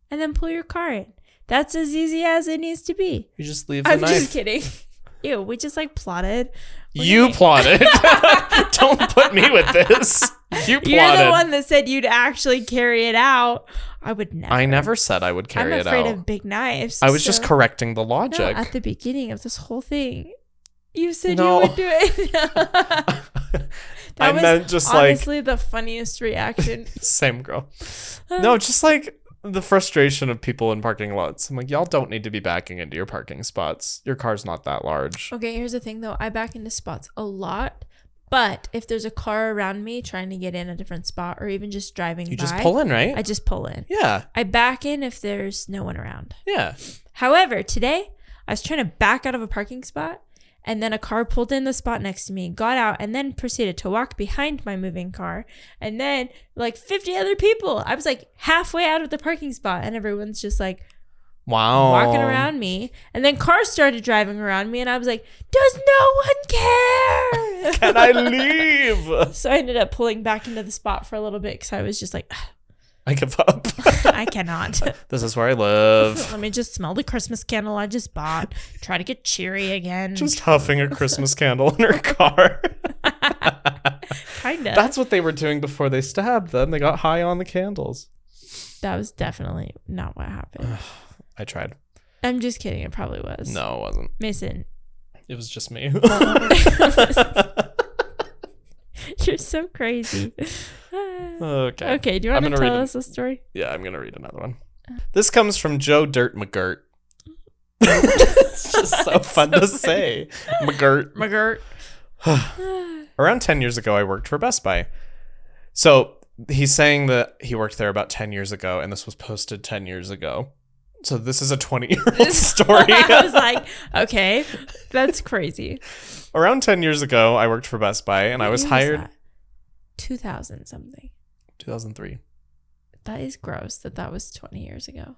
Speaker 2: And then pull your car in. That's as easy as it needs to be.
Speaker 1: You just leave the
Speaker 2: I'm
Speaker 1: knife.
Speaker 2: just kidding. *laughs* Ew, we just like plotted.
Speaker 1: You plotted.
Speaker 2: *laughs*
Speaker 1: *laughs* Don't put me with this. You plotted.
Speaker 2: You're the one that said you'd actually carry it out. I would never.
Speaker 1: I never said I would
Speaker 2: I'm
Speaker 1: carry it
Speaker 2: afraid
Speaker 1: out.
Speaker 2: of big knives.
Speaker 1: I was
Speaker 2: so-
Speaker 1: just correcting the
Speaker 2: No,
Speaker 1: logic.
Speaker 2: at the beginning of this whole thing, you said
Speaker 1: No.
Speaker 2: you would do
Speaker 1: *laughs*
Speaker 2: it. *laughs* that
Speaker 1: I
Speaker 2: was
Speaker 1: meant just like
Speaker 2: honestly the funniest reaction.
Speaker 1: same girl.
Speaker 2: Uh,
Speaker 1: No, just like the frustration of people in parking lots. I'm like, y'all don't need to be backing into your
Speaker 2: Oh,
Speaker 1: parking spots. Your car's not that large.
Speaker 2: Okay, here's the thing though. I back into spots a lot, But if there's a car around me trying to get in a different spot or even just driving
Speaker 1: You
Speaker 2: by,
Speaker 1: just pull in, right?
Speaker 2: I just pull in.
Speaker 1: yeah.
Speaker 2: I back in if there's no one around.
Speaker 1: Yeah.
Speaker 2: However, today I was trying to back out of a parking spot and then a car pulled in the spot next to me, got out, and then proceeded to walk behind my moving car. And then like 50 other people. I was like halfway out of the parking spot and everyone's just like
Speaker 1: Wow.
Speaker 2: walking around me. And then cars started driving around me and I was like, does no one
Speaker 1: *laughs*
Speaker 2: care?
Speaker 1: Can
Speaker 2: *laughs*
Speaker 1: I leave?
Speaker 2: so I ended up pulling back into the spot for a little bit because I was just like, "Ugh,
Speaker 1: I give up. *laughs*
Speaker 2: I cannot. *laughs*
Speaker 1: this is where I live.
Speaker 2: Let me just smell the Christmas candle I just bought. Try to get cheery again.
Speaker 1: Just huffing a Christmas candle in her car.
Speaker 2: kind of.
Speaker 1: *laughs* That's what they were doing before they stabbed them. They got high on the candles.
Speaker 2: That was definitely not what happened.
Speaker 1: I tried.
Speaker 2: I'm just kidding. It probably was.
Speaker 1: No, it wasn't.
Speaker 2: Mason, *laughs*
Speaker 1: It was just me. *laughs*
Speaker 2: you're so
Speaker 1: *laughs*
Speaker 2: crazy. *sighs* okay.
Speaker 1: okay.
Speaker 2: Do you want
Speaker 1: I'm
Speaker 2: to
Speaker 1: gonna read
Speaker 2: tell
Speaker 1: it.
Speaker 2: us a story?
Speaker 1: Yeah, I'm gonna read another one. This comes from Joe Dirt *laughs* McGirt. it's *laughs* just so fun to say. McGirt.
Speaker 2: McGirt.
Speaker 1: Around 10 years ago, I worked for Best Buy. So he's saying that he worked there about 10 years ago, and this was posted 10 years ago. So this is a 20 year old *laughs* story.
Speaker 2: *laughs* I was like, okay, that's crazy.
Speaker 1: Around 10 years ago, I worked for Best Buy, and I
Speaker 2: What
Speaker 1: was
Speaker 2: year
Speaker 1: hired
Speaker 2: that? 2000 something.
Speaker 1: 2003.
Speaker 2: That is gross that that was 20 years ago.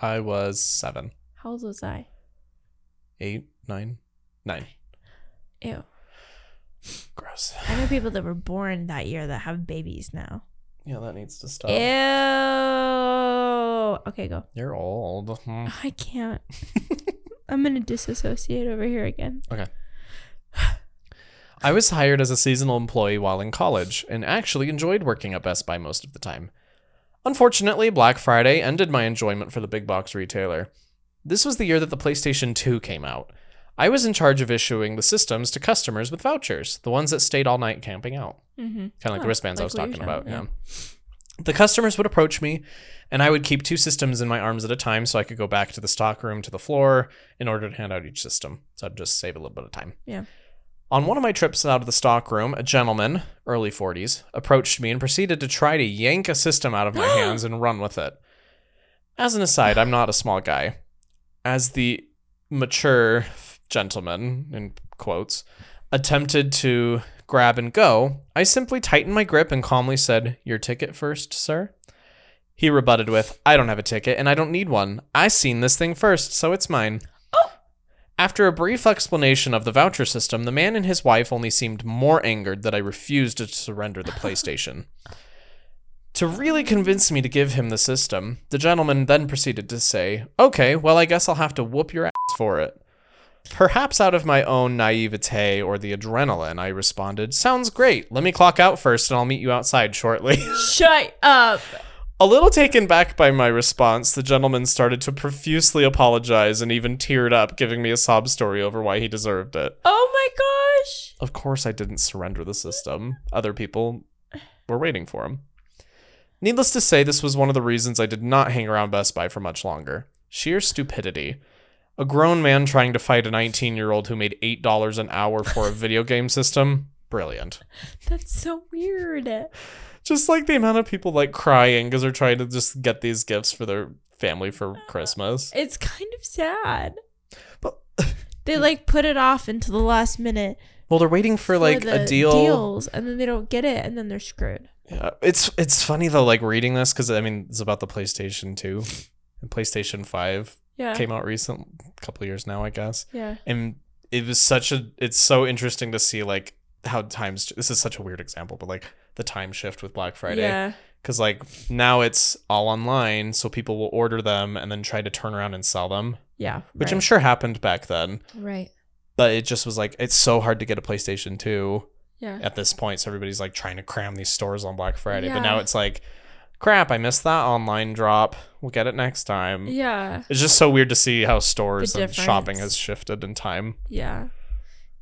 Speaker 1: I was seven,
Speaker 2: How old was I?
Speaker 1: eight, nine, nine.
Speaker 2: Ew.
Speaker 1: Gross.
Speaker 2: I know people that were born that year that have babies now.
Speaker 1: Yeah, that needs to stop. Oh.
Speaker 2: Ew. Okay, go.
Speaker 1: You're old. Hmm.
Speaker 2: I can't. *laughs* I'm gonna disassociate over here again.
Speaker 1: I was hired as a seasonal employee while in college and actually enjoyed working at Best Buy most of the time. Unfortunately, Black Friday ended my enjoyment for the big box retailer. This was the year that the PlayStation 2 came out. I was in charge of issuing the systems to customers with vouchers, the ones that stayed all night camping out.
Speaker 2: Mm-hmm.
Speaker 1: kind of like
Speaker 2: Oh,
Speaker 1: the wristbands I
Speaker 2: like
Speaker 1: was
Speaker 2: what you
Speaker 1: talking
Speaker 2: were
Speaker 1: about.
Speaker 2: talking
Speaker 1: Yeah.
Speaker 2: about,
Speaker 1: The customers would approach me, and I would keep two systems in my arms at a time so I could go back to the stock room to the floor in order to hand out each system. So I'd just save a little bit of time.
Speaker 2: Yeah.
Speaker 1: On one of my trips out of the stock room, a gentleman, early 40s, approached me and proceeded to try to yank a system out of my hands and run with it. As an aside, I'm not a small guy. As the mature gentleman, in quotes, attempted to grab and go, I simply tightened my grip and calmly said, Your ticket first, sir? He rebutted with, I don't have a ticket and I don't need one. I seen this thing first, so it's mine. After a brief explanation of the voucher system, the man and his wife only seemed more angered that I refused to surrender the PlayStation. *laughs* to really convince me to give him the system, the gentleman then proceeded to say, Okay, well, I guess I'll have to whoop your ass for it. Perhaps out of my own naivete or the adrenaline, I responded, Sounds great. Let me clock out first and I'll meet you outside shortly.
Speaker 2: Shut up.
Speaker 1: A little taken back by my response, the gentleman started to profusely apologize and even teared up, giving me a sob story over why he deserved it.
Speaker 2: Oh my gosh.
Speaker 1: Of course, I didn't surrender the system. Other people were waiting for him. Needless to say, this was one of the reasons I did not hang around Best Buy for much longer. Sheer stupidity. A grown man trying to fight a 19 year old who made $8 an hour for a video game system? Brilliant.
Speaker 2: That's so weird.
Speaker 1: Just like the amount of people like crying because they're trying to just get these gifts for their family
Speaker 2: Uh,
Speaker 1: for Christmas.
Speaker 2: It's kind of sad.
Speaker 1: But-
Speaker 2: They like put it off until the last minute
Speaker 1: Well, they're waiting for like
Speaker 2: the
Speaker 1: a deal.
Speaker 2: deals, and then they don't get it, and then they're screwed.
Speaker 1: Yeah. It's it's funny though, like reading this because I mean it's about the PlayStation 2 and PlayStation 5
Speaker 2: Yeah.
Speaker 1: came out recent, couple years now, I guess.
Speaker 2: Yeah.
Speaker 1: And it was such a. It's so interesting to see like how times. This is such a weird example, but like the time shift with Black Friday,
Speaker 2: Yeah.
Speaker 1: because like now it's all online, so people will order them and then try to turn around and sell them,
Speaker 2: Yeah.
Speaker 1: which
Speaker 2: right.
Speaker 1: I'm sure happened back then.
Speaker 2: Right.
Speaker 1: But it just was like it's so hard to get a PlayStation 2
Speaker 2: Yeah.
Speaker 1: at this point. So everybody's like trying to cram these stores on Black Friday. But
Speaker 2: Yeah.
Speaker 1: now it's like, crap, I missed that online drop. We'll get it next time.
Speaker 2: Yeah.
Speaker 1: It's just so weird to see how stores
Speaker 2: The
Speaker 1: and shopping
Speaker 2: difference.
Speaker 1: has shifted in time
Speaker 2: Yeah.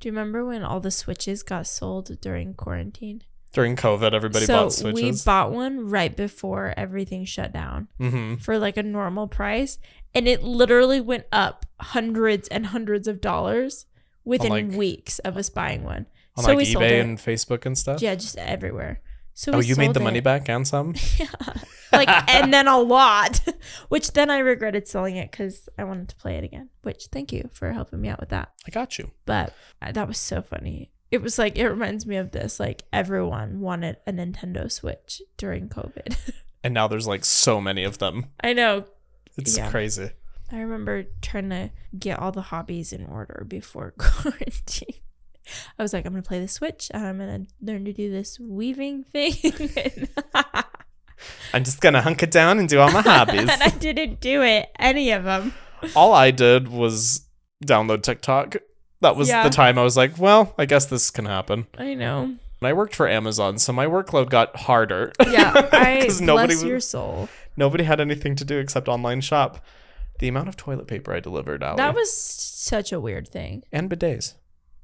Speaker 2: Do you remember when all the switches got sold during quarantine?
Speaker 1: during COVID. Everybody
Speaker 2: so
Speaker 1: bought
Speaker 2: we
Speaker 1: switches.
Speaker 2: bought one right before everything shut down
Speaker 1: hmm
Speaker 2: for like a normal price, and it literally went up hundreds and hundreds of dollars within
Speaker 1: like-
Speaker 2: weeks of us buying one
Speaker 1: on
Speaker 2: So
Speaker 1: like
Speaker 2: we sold it.
Speaker 1: eBay and Facebook and stuff.
Speaker 2: Yeah, just everywhere. So
Speaker 1: oh,
Speaker 2: we
Speaker 1: you made
Speaker 2: sold
Speaker 1: the money
Speaker 2: it.
Speaker 1: back and
Speaker 2: *laughs*
Speaker 1: some.
Speaker 2: like and then a lot, *laughs* which then I regretted selling it because I wanted to play it again. Which thank you for helping me out with that.
Speaker 1: I got you.
Speaker 2: But uh, that was so funny. It was like it reminds me of this. Like everyone wanted a Nintendo Switch during COVID. *laughs*
Speaker 1: And now there's like so many of them.
Speaker 2: I know.
Speaker 1: It's
Speaker 2: Yeah.
Speaker 1: crazy.
Speaker 2: I remember trying to get all the hobbies in order before *laughs* quarantine. I was like, I'm gonna play the Switch. And I'm gonna learn to do this weaving thing. *laughs*
Speaker 1: I'm just gonna hunk it down and do all my
Speaker 2: *laughs*
Speaker 1: hobbies.
Speaker 2: and I didn't do it, any of them.
Speaker 1: all I did was download TikTok. That was
Speaker 2: Yeah.
Speaker 1: the time I was like, well, I guess this can happen.
Speaker 2: I know.
Speaker 1: And I worked for Amazon, so my workload got harder. *laughs*
Speaker 2: Yeah, I
Speaker 1: 'Cause nobody
Speaker 2: bless
Speaker 1: was-
Speaker 2: your soul.
Speaker 1: Nobody had anything to do except online shop. The amount of toilet paper I delivered, Allie,
Speaker 2: That was such a weird thing.
Speaker 1: and bidets.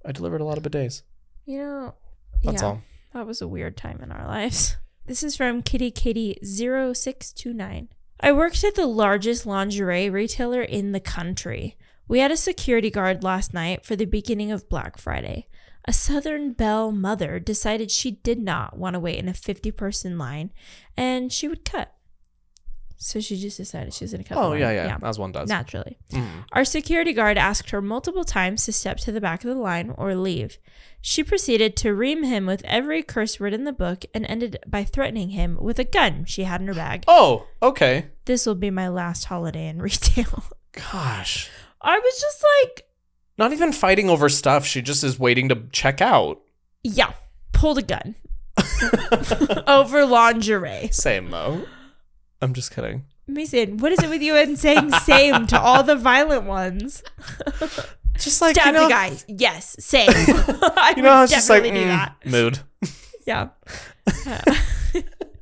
Speaker 1: I delivered a lot of bidets.
Speaker 2: You know,
Speaker 1: That's
Speaker 2: yeah,
Speaker 1: all.
Speaker 2: that was a weird time in our lives. *laughs* This is from Kitty Kitty 0629. I worked at the largest lingerie retailer in the country. We had a security guard last night for the beginning of Black Friday. A Southern Belle mother decided she did not want to wait in a 50 person line and she would cut. So she just decided she was going to cut. the
Speaker 1: Oh
Speaker 2: line.
Speaker 1: yeah, yeah, as one does.
Speaker 2: Naturally.
Speaker 1: Mhm.
Speaker 2: Our security guard asked her multiple times to step to the back of the line or leave. She proceeded to ream him with every curse word in the book and ended by threatening him with a gun she had in her bag.
Speaker 1: Oh, okay.
Speaker 2: This will be my last holiday in *laughs* retail.
Speaker 1: Gosh,
Speaker 2: I was just like,
Speaker 1: not even fighting over stuff. She just is waiting to check out.
Speaker 2: yeah, pulled
Speaker 1: *laughs*
Speaker 2: a gun over lingerie.
Speaker 1: Same though. I'm just kidding.
Speaker 2: Mason, what is it with you and saying same to all the violent ones?
Speaker 1: Just like
Speaker 2: Stab
Speaker 1: you know,
Speaker 2: the guy. Yes,
Speaker 1: *laughs*
Speaker 2: same. *laughs* I
Speaker 1: you know,
Speaker 2: would
Speaker 1: how it's just like
Speaker 2: definitely do
Speaker 1: mm,
Speaker 2: that.
Speaker 1: mood.
Speaker 2: Yeah.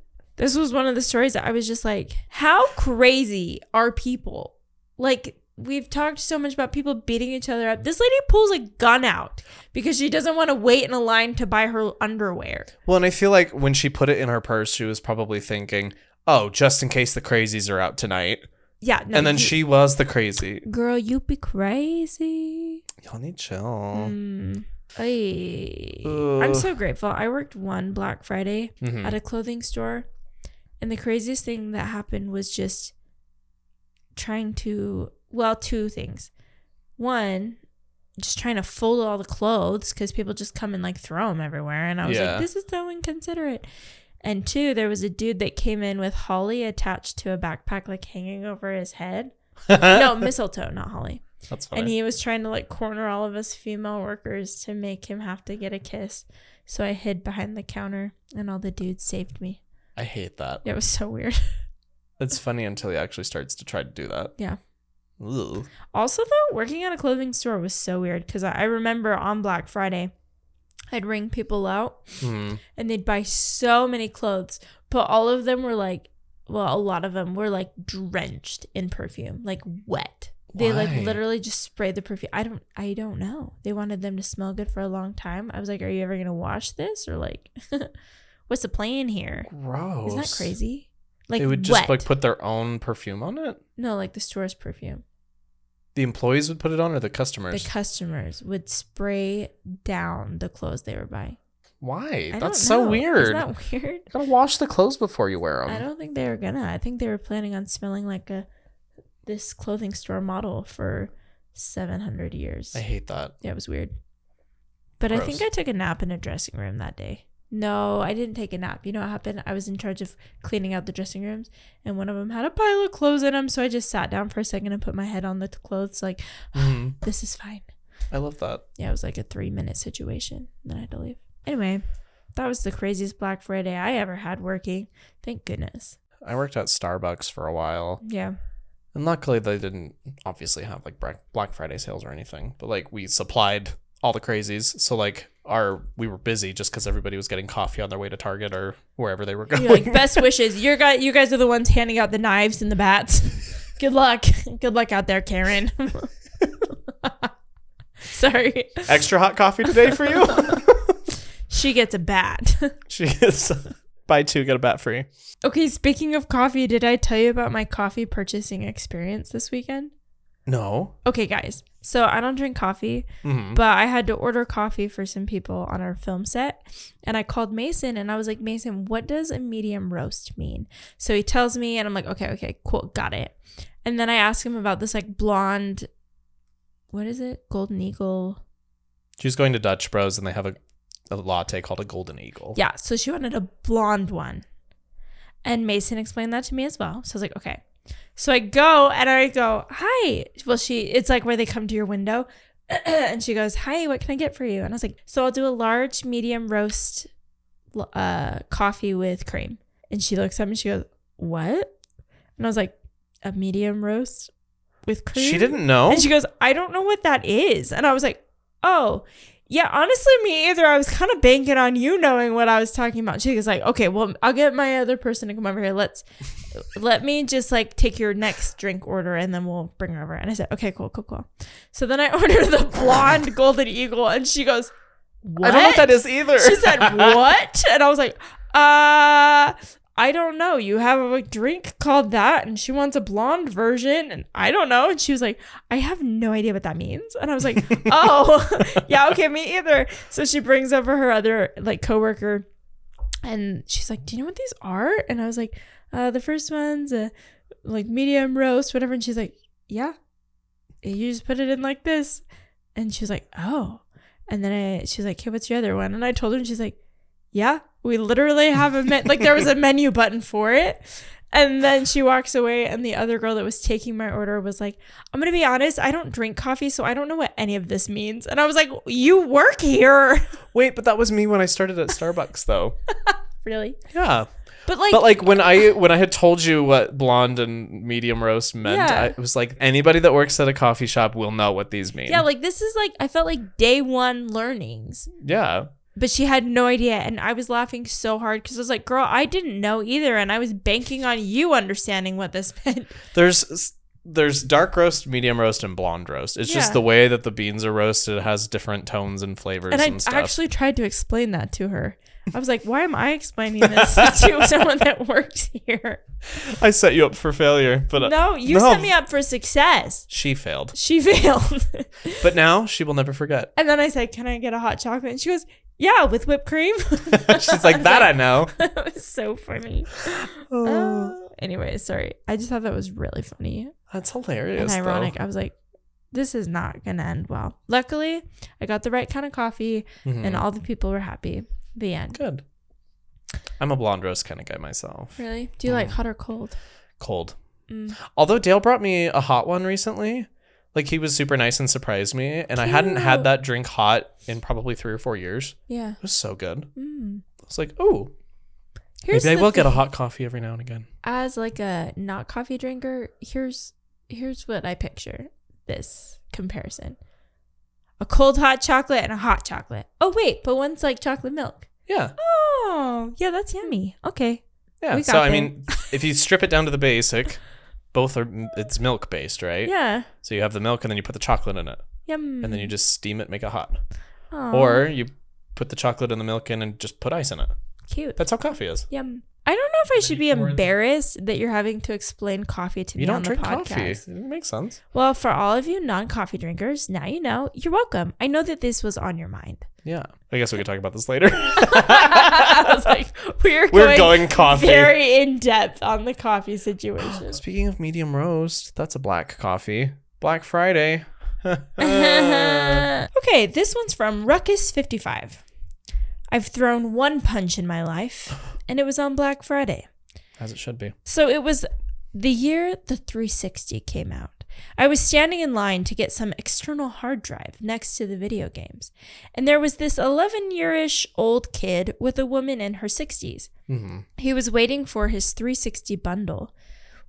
Speaker 2: *laughs* this was one of the stories that I was just like, how crazy are people? Like, we've talked so much about people beating each other up. This lady pulls a gun out because she doesn't want to wait in a line to buy her underwear.
Speaker 1: Well, and I feel like when she put it in her purse, she was probably thinking, "Oh, just in case the crazies are out tonight."
Speaker 2: Yeah. No,
Speaker 1: and then
Speaker 2: you-
Speaker 1: she was the crazy.
Speaker 2: Girl, you be crazy.
Speaker 1: Y'all need chill.
Speaker 2: Mm. Ay. I'm
Speaker 1: Ugh.
Speaker 2: so grateful. I worked one Black Friday
Speaker 1: Mhm.
Speaker 2: *laughs* at a clothing store. And the craziest thing that happened was just trying to, well, two things. One, just trying to fold all the clothes because people just come and like throw them everywhere. And I was
Speaker 1: Yeah.
Speaker 2: like, this is so inconsiderate. And two, there was a dude that came in with holly attached to a backpack, like hanging over his head. no, mistletoe, not holly.
Speaker 1: *laughs* That's
Speaker 2: And
Speaker 1: funny.
Speaker 2: he was trying to like corner all of us female workers to make him have to get a kiss. So I hid behind the counter and all the dudes saved me.
Speaker 1: I hate that.
Speaker 2: It was so weird. *laughs*
Speaker 1: It's funny until he actually starts to try to do that.
Speaker 2: Yeah.
Speaker 1: Ugh.
Speaker 2: Also, though, working at a clothing store was so weird because I, I remember on Black Friday, I'd ring people out
Speaker 1: Hmm.
Speaker 2: and they'd buy so many clothes, but all of them were like, well, a lot of them were like drenched in perfume, like wet. They
Speaker 1: Why?
Speaker 2: like literally just sprayed the perfume. I don't I don't know. They wanted them to smell good for a long time. I was like, are you ever gonna wash this or like, *laughs* what's the plan here?
Speaker 1: Gross.
Speaker 2: Isn't that crazy? Like
Speaker 1: they would just
Speaker 2: wet.
Speaker 1: like put their own perfume on it.
Speaker 2: no, like the store's perfume.
Speaker 1: The employees would put it on, or the customers.
Speaker 2: the customers would spray down the clothes they were buying.
Speaker 1: Why?
Speaker 2: I
Speaker 1: That's
Speaker 2: don't
Speaker 1: so
Speaker 2: know.
Speaker 1: weird. Um,
Speaker 2: Isn't that weird?
Speaker 1: You gotta wash the clothes before you wear them.
Speaker 2: I don't think they were gonna. I think they were planning on smelling like a this clothing store model for seven hundred years.
Speaker 1: I hate that.
Speaker 2: yeah, it was weird. But I think
Speaker 1: Gross.
Speaker 2: I took a nap in a dressing room that day. No, I didn't take a nap. You know what happened? I was in charge of cleaning out the dressing rooms, and one of them had a pile of clothes in them. So I just sat down for a second and put my head on the t- clothes, like,
Speaker 1: Mhm.
Speaker 2: this is fine.
Speaker 1: I love that.
Speaker 2: yeah, it was like a three minute situation. Then I had to leave. Anyway, that was the craziest Black Friday I ever had working. Thank goodness.
Speaker 1: I worked at Starbucks for a while,
Speaker 2: *laughs* Yeah.
Speaker 1: and luckily they didn't obviously have like Bra- Black Friday sales or anything. But like we supplied all the crazies, so like our we were busy just because everybody was getting coffee on their way to Target or wherever they were going.
Speaker 2: You're like best wishes. You're guys, you guys are the ones handing out the knives and the *laughs* bats. Good luck. Good luck out there, Karen. *laughs* Sorry.
Speaker 1: *laughs* Extra hot coffee today for
Speaker 2: *laughs*
Speaker 1: you. *laughs*
Speaker 2: She gets a bat. *laughs*
Speaker 1: she is *laughs* buy two get a bat free.
Speaker 2: okay, speaking of coffee, did I tell you about my coffee purchasing experience this weekend?
Speaker 1: No,
Speaker 2: Okay, guys. So I don't drink coffee,
Speaker 1: hmm
Speaker 2: but I had to order coffee for some people on our film set. And I called Mason and I was like, Mason, what does a medium roast mean? So he tells me, and I'm like, okay, okay, cool, got it. And then I ask him about this like blonde, what is it? Golden Eagle.
Speaker 1: She was going to Dutch Bros and they have a, a latte called a Golden Eagle.
Speaker 2: Yeah. So she wanted a blonde one. And Mason explained that to me as well. So I was like, okay. So I go and I go, hi. Well, she, it's like where they come to your window. *clears throat* and she goes, hi, what can I get for you? And I was like, so I'll do a large, medium roast l- uh, coffee with cream. And she looks at me and she goes, what? And I was like, a medium roast with cream?
Speaker 1: She didn't know.
Speaker 2: And she goes, I don't know what that is. And I was like, oh, yeah, honestly, me either. I was kind of banking on you knowing what I was talking about. She was like, okay, well, I'll get my other person to come over here. Let's, let me just like take your next drink order and then we'll bring her over. And I said, okay, cool, cool, cool. So then I *laughs* ordered the blonde golden eagle and she goes, what?
Speaker 1: I don't know what that is either. *laughs*
Speaker 2: She said, "What?" And I was like, "Uh, I don't know. You have a drink called that, and she wants a blonde version, and I don't know." And she was like, "I have no idea what that means." And I was like, "Oh, *laughs* yeah, okay, me either." So she brings over her other like coworker, and she's like, "Do you know what these are?" And I was like, "Uh, the first one's a like medium roast, whatever." And she's like, "Yeah, you just put it in like this." And she was like, "Oh." And then I, she's like, "Hey, what's your other one?" And I told her, and she's like, "Yeah, we literally have a men- like there was a menu button for it." And then she walks away, and the other girl that was taking my order was like, "I'm gonna be honest, I don't drink coffee, so I don't know what any of this means." And I was like, "You work here, *laughs*
Speaker 1: Wait, but that was me when I started at Starbucks though.
Speaker 2: really?"
Speaker 1: Yeah.
Speaker 2: But like,
Speaker 1: But like when I when I had told you what blonde and medium roast meant,
Speaker 2: Yeah.
Speaker 1: I, it was like anybody that works at a coffee shop will know what these mean.
Speaker 2: yeah, like this is like I felt like day one learnings.
Speaker 1: yeah.
Speaker 2: but she had no idea and i was laughing so hard because i was like girl i didn't know either and i was banking on you understanding what this *laughs* meant
Speaker 1: There's there's dark roast, medium roast, and blonde roast. It's
Speaker 2: Yeah.
Speaker 1: just the way that the beans are roasted. It has different tones and flavors
Speaker 2: and
Speaker 1: and,
Speaker 2: i
Speaker 1: stuff.
Speaker 2: actually tried to explain that to her i was like why am i explaining this *laughs* to someone that works here
Speaker 1: I set you up for failure, but uh,
Speaker 2: no you
Speaker 1: No.
Speaker 2: set me up for success
Speaker 1: she failed.
Speaker 2: she *laughs* failed
Speaker 1: But now she will never
Speaker 2: *laughs*
Speaker 1: forget.
Speaker 2: and then i said can i get a hot chocolate and she goes yeah with whipped cream *laughs*
Speaker 1: She's like that. I *laughs* know.
Speaker 2: that was so funny
Speaker 1: Uh.
Speaker 2: oh. anyway sorry i just thought that was really funny
Speaker 1: That's hilarious.
Speaker 2: and
Speaker 1: though.
Speaker 2: ironic. I was like, this is not going to end well. Luckily, I got the right kind of coffee
Speaker 1: Mhm.
Speaker 2: and all the people were happy. The end.
Speaker 1: Good. I'm a blonde roast kind of guy myself.
Speaker 2: Really? Do you like hot or cold?
Speaker 1: Cold.
Speaker 2: Mm.
Speaker 1: Although Dale brought me a hot one recently. Like he was super nice and surprised me, and I hadn't
Speaker 2: Cute.
Speaker 1: had that drink hot in probably three or four years.
Speaker 2: Yeah.
Speaker 1: It was so good.
Speaker 2: Mm.
Speaker 1: I was like, oh,
Speaker 2: Here's
Speaker 1: maybe I
Speaker 2: the
Speaker 1: will get a
Speaker 2: thing.
Speaker 1: hot coffee every now and again.
Speaker 2: As like a not coffee drinker, here's here's what I picture this comparison. A cold hot chocolate and a hot chocolate. Oh wait, but one's like chocolate milk.
Speaker 1: Yeah,
Speaker 2: Oh, yeah, that's yummy. Okay.
Speaker 1: yeah.
Speaker 2: We
Speaker 1: So
Speaker 2: got
Speaker 1: I mean,
Speaker 2: *laughs*
Speaker 1: if you strip it down to the basic, both are it's milk based, right?
Speaker 2: Yeah.
Speaker 1: So you have the milk, and then you put the chocolate in it,
Speaker 2: Yum.
Speaker 1: and then you just steam it, make it hot,
Speaker 2: Aw,
Speaker 1: or you put the chocolate and the milk in, and just put ice in it.
Speaker 2: cute.
Speaker 1: That's how coffee is.
Speaker 2: Yum. I don't know if I should be
Speaker 1: pour in the-
Speaker 2: embarrassed that you're having to explain coffee to me
Speaker 1: You don't
Speaker 2: on
Speaker 1: drink
Speaker 2: the podcast.
Speaker 1: coffee. It makes sense.
Speaker 2: Well, for all of you non-coffee drinkers, now you know. You're welcome. I know that this was on your mind. *laughs*
Speaker 1: Yeah. I guess we could talk about this later. *laughs*
Speaker 2: I was like, we're,
Speaker 1: We're going coffee.
Speaker 2: very in depth on the
Speaker 1: *laughs*
Speaker 2: coffee situation.
Speaker 1: Speaking of medium roast, that's a black coffee. Black Friday. Uh.
Speaker 2: okay, this one's from Ruckus55. I've thrown one punch in my life, and it was on Black Friday.
Speaker 1: As it should be.
Speaker 2: So it was the year the 360 came out. I was standing in line to get some external hard drive next to the video games, and there was this 11 year ish old kid with a woman in her 60s.
Speaker 1: hmm
Speaker 2: He was waiting for his 360 bundle.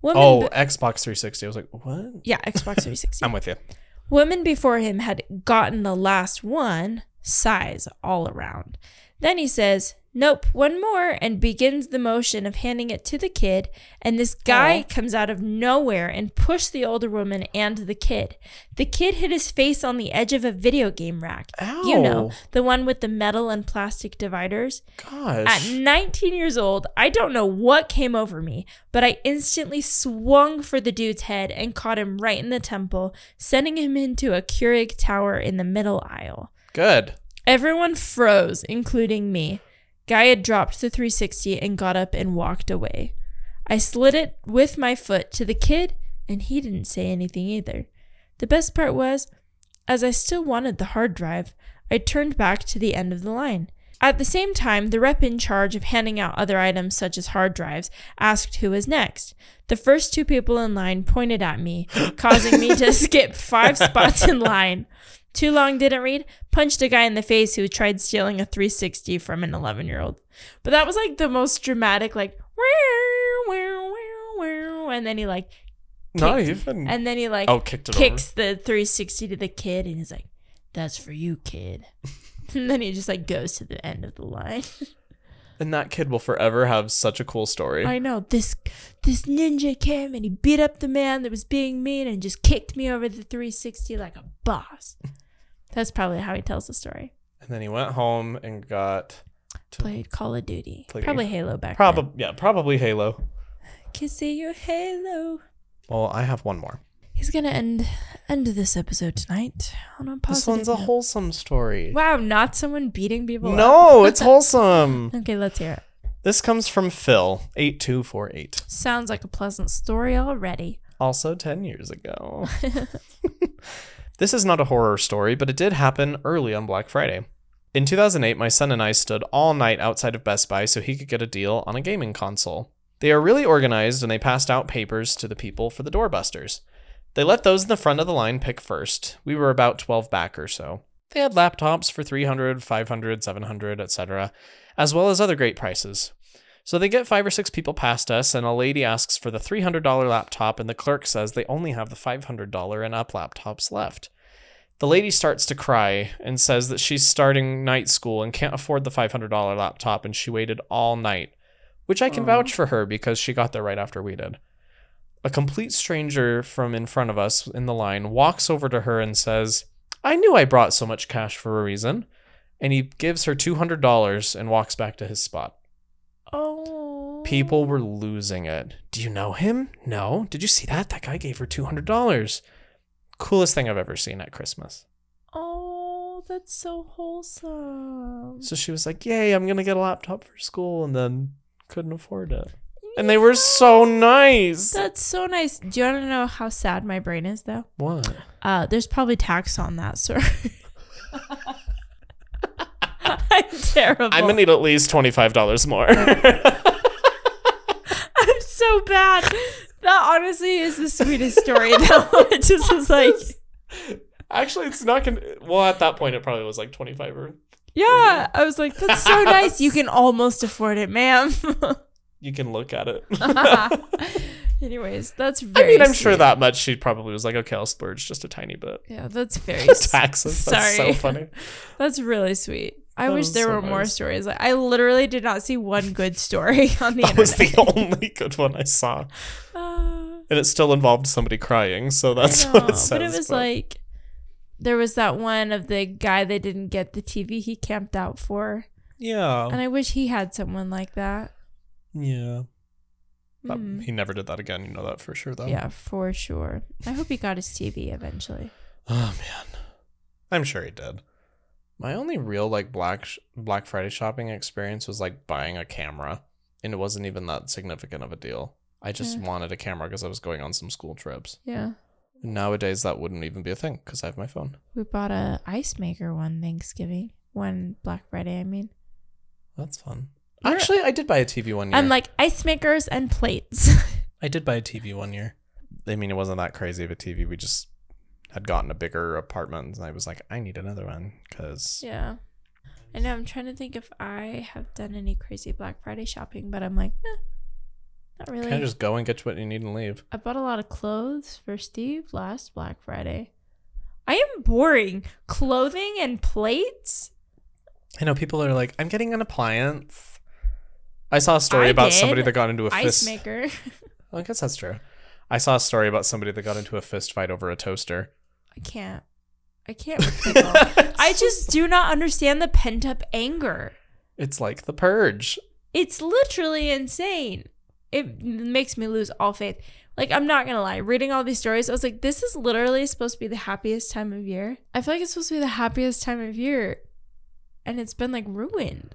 Speaker 2: Woman
Speaker 1: Oh,
Speaker 2: be-
Speaker 1: Xbox 360. I was like, what?
Speaker 2: yeah, Xbox
Speaker 1: *laughs*
Speaker 2: 360.
Speaker 1: I'm with you.
Speaker 2: Women before him had gotten the last one, size all around. Then he says, Nope, one more, and begins the motion of handing it to the kid. And this guy
Speaker 1: Aw.
Speaker 2: comes out of nowhere and pushed the older woman and the kid. The kid hit his face on the edge of a video game rack. You know,
Speaker 1: Ow.
Speaker 2: the one with the metal and plastic dividers. At
Speaker 1: Gosh.
Speaker 2: 19 years old, I don't know what came over me, but I instantly swung for the dude's head and caught him right in the temple, sending him into a Keurig tower in the middle aisle.
Speaker 1: Good.
Speaker 2: Everyone froze, including me. Guy had dropped the 360 and got up and walked away. I slid it with my foot to the kid, and he didn't say anything either. The best part was, as I still wanted the hard drive, I turned back to the end of the line. At the same time, the rep in charge of handing out other items such as hard drives asked who was next. The first two people in line pointed at me, causing me to skip five spots in line. Too long didn't read, punched a guy in the face who tried stealing a 360 from an 11 year old. But that was like the most dramatic, like, "Wow, wow, wow, wow," and then he like,
Speaker 1: Not
Speaker 2: Kicked.
Speaker 1: even.
Speaker 2: and then he like,
Speaker 1: oh, kicked it
Speaker 2: kicks the 360 to the kid and he's like, That's for you, kid. *laughs* and then he just like goes to the end of the line. *laughs*
Speaker 1: over. And that kid will forever have such a cool story.
Speaker 2: I know this this ninja came and he beat up the man that was being mean and just kicked me over the 360 like a boss. That's probably how he tells the story.
Speaker 1: and then he went home and got
Speaker 2: Played Call of Duty.
Speaker 1: Played-
Speaker 2: probably Halo back then.
Speaker 1: probably yeah, probably Halo.
Speaker 2: Can see your Halo.
Speaker 1: Well, I have one more.
Speaker 2: He's gonna end end this episode tonight on a positive.
Speaker 1: This one's a
Speaker 2: note.
Speaker 1: wholesome story.
Speaker 2: Wow, not someone beating people. up.
Speaker 1: No, it's wholesome.
Speaker 2: Okay, let's hear it.
Speaker 1: This comes from Phil, 8248.
Speaker 2: Sounds like a pleasant story already.
Speaker 1: Also 10 years ago. this is not a horror story, but it did happen early on Black Friday. In 2008, my son and I stood all night outside of Best Buy so he could get a deal on a gaming console. They are really organized and they passed out papers to the people for the doorbusters. They let those in the front of the line pick first. We were about 12 back or so. They had laptops for 300, 500, 700, etc., as well as other great prices. So they get five or six people past us, and a lady asks for the $300 laptop, and the clerk says they only have the $500 and up laptops left. The lady starts to cry and says that she's starting night school and can't afford the $500 laptop, and she waited all night, which I can
Speaker 2: Aw.
Speaker 1: vouch for her because she got there right after we did. A complete stranger from in front of us in the line walks over to her and says, I knew I brought so much cash for a reason. And he gives her $200 and walks back to his spot.
Speaker 2: Oh.
Speaker 1: People were losing it. Do you know him? No. Did you see that? That guy gave her $200. Coolest thing I've ever seen at Christmas.
Speaker 2: Oh, that's so wholesome.
Speaker 1: So she was like, Yay, I'm going to get a laptop for school. And then couldn't afford it. And they were so nice.
Speaker 2: That's so nice. Do you want to know how sad my brain is, though?
Speaker 1: What?
Speaker 2: Uh, there's probably tax on that, sir. *laughs* I'm terrible.
Speaker 1: *laughs* I'm going to need at least $25 more. *laughs*
Speaker 2: I'm *laughs* so bad. That honestly is the sweetest story, though. *laughs* It just is like,
Speaker 1: Actually, it's not going to. Well, at that point, it probably was like 25 or.
Speaker 2: yeah. I was like,
Speaker 1: *laughs*
Speaker 2: that's so nice. You can almost afford it, ma'am. *laughs*
Speaker 1: You can look at it. *laughs*
Speaker 2: Anyways, that's
Speaker 1: I
Speaker 2: very.
Speaker 1: mean, I'm sure
Speaker 2: sweet.
Speaker 1: that much she probably was like, okay, I'll splurge just a tiny bit.
Speaker 2: Yeah, that's
Speaker 1: *laughs*
Speaker 2: very. s-
Speaker 1: Taxes. That's
Speaker 2: Sorry.
Speaker 1: so
Speaker 2: *laughs*
Speaker 1: funny.
Speaker 2: That's really sweet. I
Speaker 1: That
Speaker 2: wish
Speaker 1: was
Speaker 2: there
Speaker 1: so
Speaker 2: were more
Speaker 1: nice.
Speaker 2: stories. Like, I literally did not see one good story *laughs* on the
Speaker 1: That
Speaker 2: internet.
Speaker 1: was the only good one I saw. *laughs*
Speaker 2: Uh,
Speaker 1: And it still involved somebody crying, so that's
Speaker 2: I
Speaker 1: what
Speaker 2: know,
Speaker 1: it says.
Speaker 2: but it was like there was that one of the guy that didn't get the TV he camped out for,
Speaker 1: yeah,
Speaker 2: and I wish he had someone like that.
Speaker 1: yeah. That-
Speaker 2: Mm.
Speaker 1: He never did that again. You know that for sure, though.
Speaker 2: Yeah, for sure. I hope he got his TV eventually.
Speaker 1: Oh man, I'm sure he did. My only real like black sh- Black Friday shopping experience was like buying a camera, and it wasn't even that significant of a deal. I just
Speaker 2: Yeah.
Speaker 1: wanted a camera because I was going on some school trips.
Speaker 2: Yeah,
Speaker 1: Nowadays, that wouldn't even be a thing because I have my phone.
Speaker 2: we bought a ice maker one Thanksgiving, one Black Friday. I mean,
Speaker 1: That's fun.
Speaker 2: You're-
Speaker 1: Actually, I did buy a TV one year.
Speaker 2: I'm like ice makers and plates. *laughs*
Speaker 1: I did buy a TV one year. I mean, it wasn't that crazy of a TV. We just had gotten a bigger apartment, and I was like, I need another one because
Speaker 2: yeah. I know. I'm trying to think if I have done any crazy Black Friday shopping, but I'm like, eh, not really.
Speaker 1: can I just go and get what you need and leave?
Speaker 2: I bought a lot of clothes for Steve last Black Friday. I am boring. Clothing and plates?
Speaker 1: I know people are like, I'm getting an appliance. I saw a story
Speaker 2: I
Speaker 1: about somebody
Speaker 2: did.
Speaker 1: that got into a
Speaker 2: Ice
Speaker 1: fist.
Speaker 2: maker. *laughs*
Speaker 1: I guess that's true. I saw a story about somebody that got into a fist fight over a
Speaker 2: *laughs*
Speaker 1: toaster.
Speaker 2: I can't. I can't with
Speaker 1: *laughs*
Speaker 2: people. Oh. I just do not understand the pent up anger.
Speaker 1: It's like the purge.
Speaker 2: It's literally insane. It makes me lose all faith. Like, I'm not gonna lie, reading all these stories, I was like, this is literally supposed to be the happiest time of year. I feel like it's supposed to be the happiest time of year, and it's been like ruined.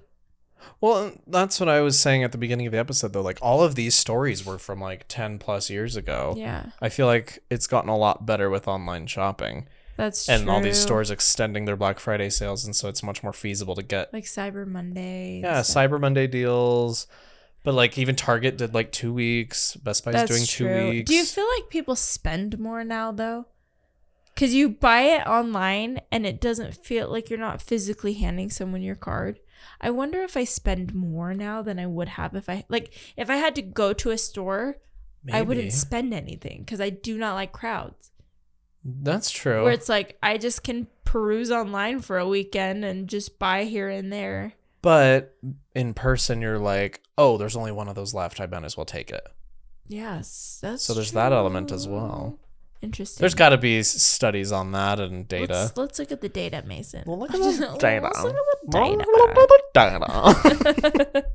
Speaker 1: Well, that's what I was saying at the beginning of the episode, though. Like, all of these stories were from like 10 plus years ago.
Speaker 2: Yeah,
Speaker 1: I feel like it's gotten a lot better with online shopping
Speaker 2: that's
Speaker 1: and all these
Speaker 2: true.
Speaker 1: stores extending their Black Friday sales. And so it's much more feasible to get,
Speaker 2: like Cyber Monday. and
Speaker 1: yeah,
Speaker 2: stuff.
Speaker 1: Cyber Monday deals. But like, even Target did like two weeks, Best Buy's
Speaker 2: That's
Speaker 1: doing two
Speaker 2: true.
Speaker 1: weeks.
Speaker 2: Do you feel like people spend more now though? Cause you buy it online and it doesn't feel like you're not physically handing someone your card. I wonder if I spend more now than I would have if I like if I had to go to a store, I
Speaker 1: Maybe.
Speaker 2: wouldn't spend anything because I do not like crowds.
Speaker 1: That's true.
Speaker 2: Where it's like I just can peruse online for a weekend and just buy here and there.
Speaker 1: But in person, you're like, oh, there's only one of those left. I might as well take it.
Speaker 2: Yes, that's
Speaker 1: So there's that element as well.
Speaker 2: true. Interesting.
Speaker 1: There's got to be s- studies on that and data.
Speaker 2: Let's, let's look at the data, Mason.
Speaker 1: Well,
Speaker 2: *laughs*
Speaker 1: look at
Speaker 2: Let's
Speaker 1: the
Speaker 2: look
Speaker 1: data.
Speaker 2: at the data. *laughs*
Speaker 1: Data.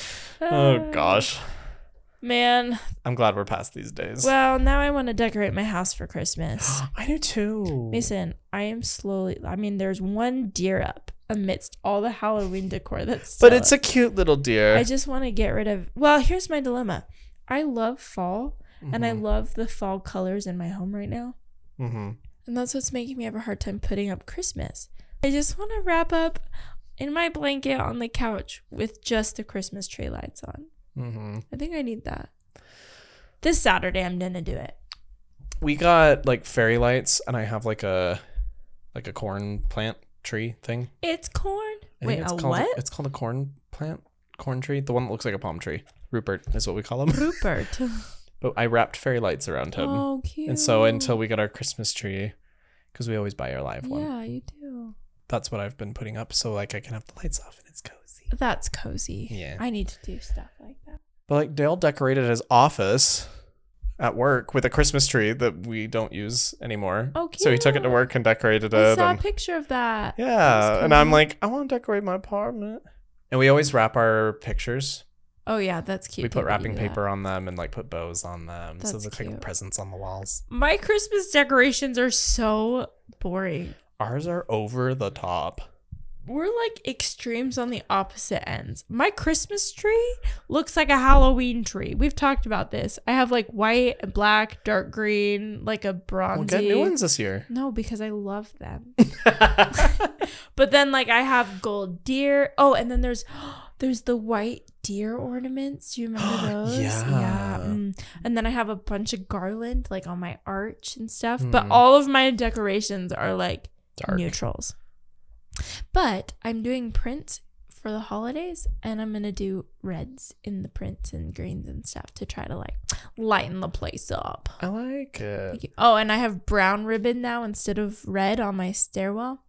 Speaker 1: *laughs* oh
Speaker 2: Ah.
Speaker 1: gosh,
Speaker 2: *laughs* Man.
Speaker 1: I'm glad we're past these days.
Speaker 2: Well, now I want to decorate my house for Christmas.
Speaker 1: *gasps* I do too.
Speaker 2: Mason, I am slowly. I mean, there's one deer up amidst all the Halloween decor that's.
Speaker 1: But
Speaker 2: still
Speaker 1: it's
Speaker 2: up.
Speaker 1: a cute little deer.
Speaker 2: I just want to get rid of. Well, here's my dilemma. I love fall, and I love the fall colors in my home right now,
Speaker 1: Mm-hmm.
Speaker 2: and that's what's making me have a hard time putting up Christmas. I just want to wrap up in my blanket on the couch with just the Christmas tree lights on.
Speaker 1: Mm-hmm.
Speaker 2: I think I need that. This Saturday, I'm gonna do it.
Speaker 1: We got like fairy lights, and I have like a like a corn plant tree thing.
Speaker 2: It's corn.
Speaker 1: I
Speaker 2: Wait,
Speaker 1: think
Speaker 2: a
Speaker 1: called,
Speaker 2: what?
Speaker 1: It's called a corn plant, corn tree, the one that looks like a palm tree. Rupert is what we call him.
Speaker 2: *laughs*
Speaker 1: *laughs*
Speaker 2: Rupert.
Speaker 1: But I wrapped fairy lights around him.
Speaker 2: oh, cute.
Speaker 1: and so until we got our Christmas tree, because we always buy our live one,
Speaker 2: yeah, you do.
Speaker 1: that's what I've been putting up. So like I can have the lights off and it's cozy.
Speaker 2: That's cozy.
Speaker 1: Yeah.
Speaker 2: I need to do stuff like that.
Speaker 1: But like Dale decorated his office at work with a Christmas tree that we don't use anymore.
Speaker 2: Oh,
Speaker 1: So he took it to
Speaker 2: cute.
Speaker 1: work and decorated
Speaker 2: I
Speaker 1: it.
Speaker 2: saw a
Speaker 1: And,
Speaker 2: picture of that.
Speaker 1: yeah.
Speaker 2: was
Speaker 1: And I'm
Speaker 2: cozy.
Speaker 1: like, I want to decorate my apartment. And we always wrap our pictures.
Speaker 2: Oh yeah, that's cute.
Speaker 1: we put
Speaker 2: People
Speaker 1: wrapping
Speaker 2: do that.
Speaker 1: paper on them and like put bows on them. so
Speaker 2: That's
Speaker 1: they look like
Speaker 2: cute.
Speaker 1: presents on the walls.
Speaker 2: My Christmas decorations are so boring.
Speaker 1: Ours are over the top.
Speaker 2: We're like extremes on the opposite ends. My Christmas tree looks like a Halloween tree. We've talked about this. I have like white, and black, dark green, like a bronzy.
Speaker 1: We'll get new ones this year.
Speaker 2: No, because I love them. *laughs* But then like I have gold deer. Oh, and then there's *gasps* there's the white deer ornaments. Do you remember those?
Speaker 1: Yeah.
Speaker 2: mm. And then I have a bunch of garland like on my arch and stuff. But
Speaker 1: Mm.
Speaker 2: all of my decorations are like
Speaker 1: Dark.
Speaker 2: neutrals. But I'm doing prints for the holidays and I'm gonna do reds in the prints and greens and stuff to try to like lighten the place up.
Speaker 1: I like it.
Speaker 2: Thank you. Oh, and I have brown ribbon now instead of red on my stairwell.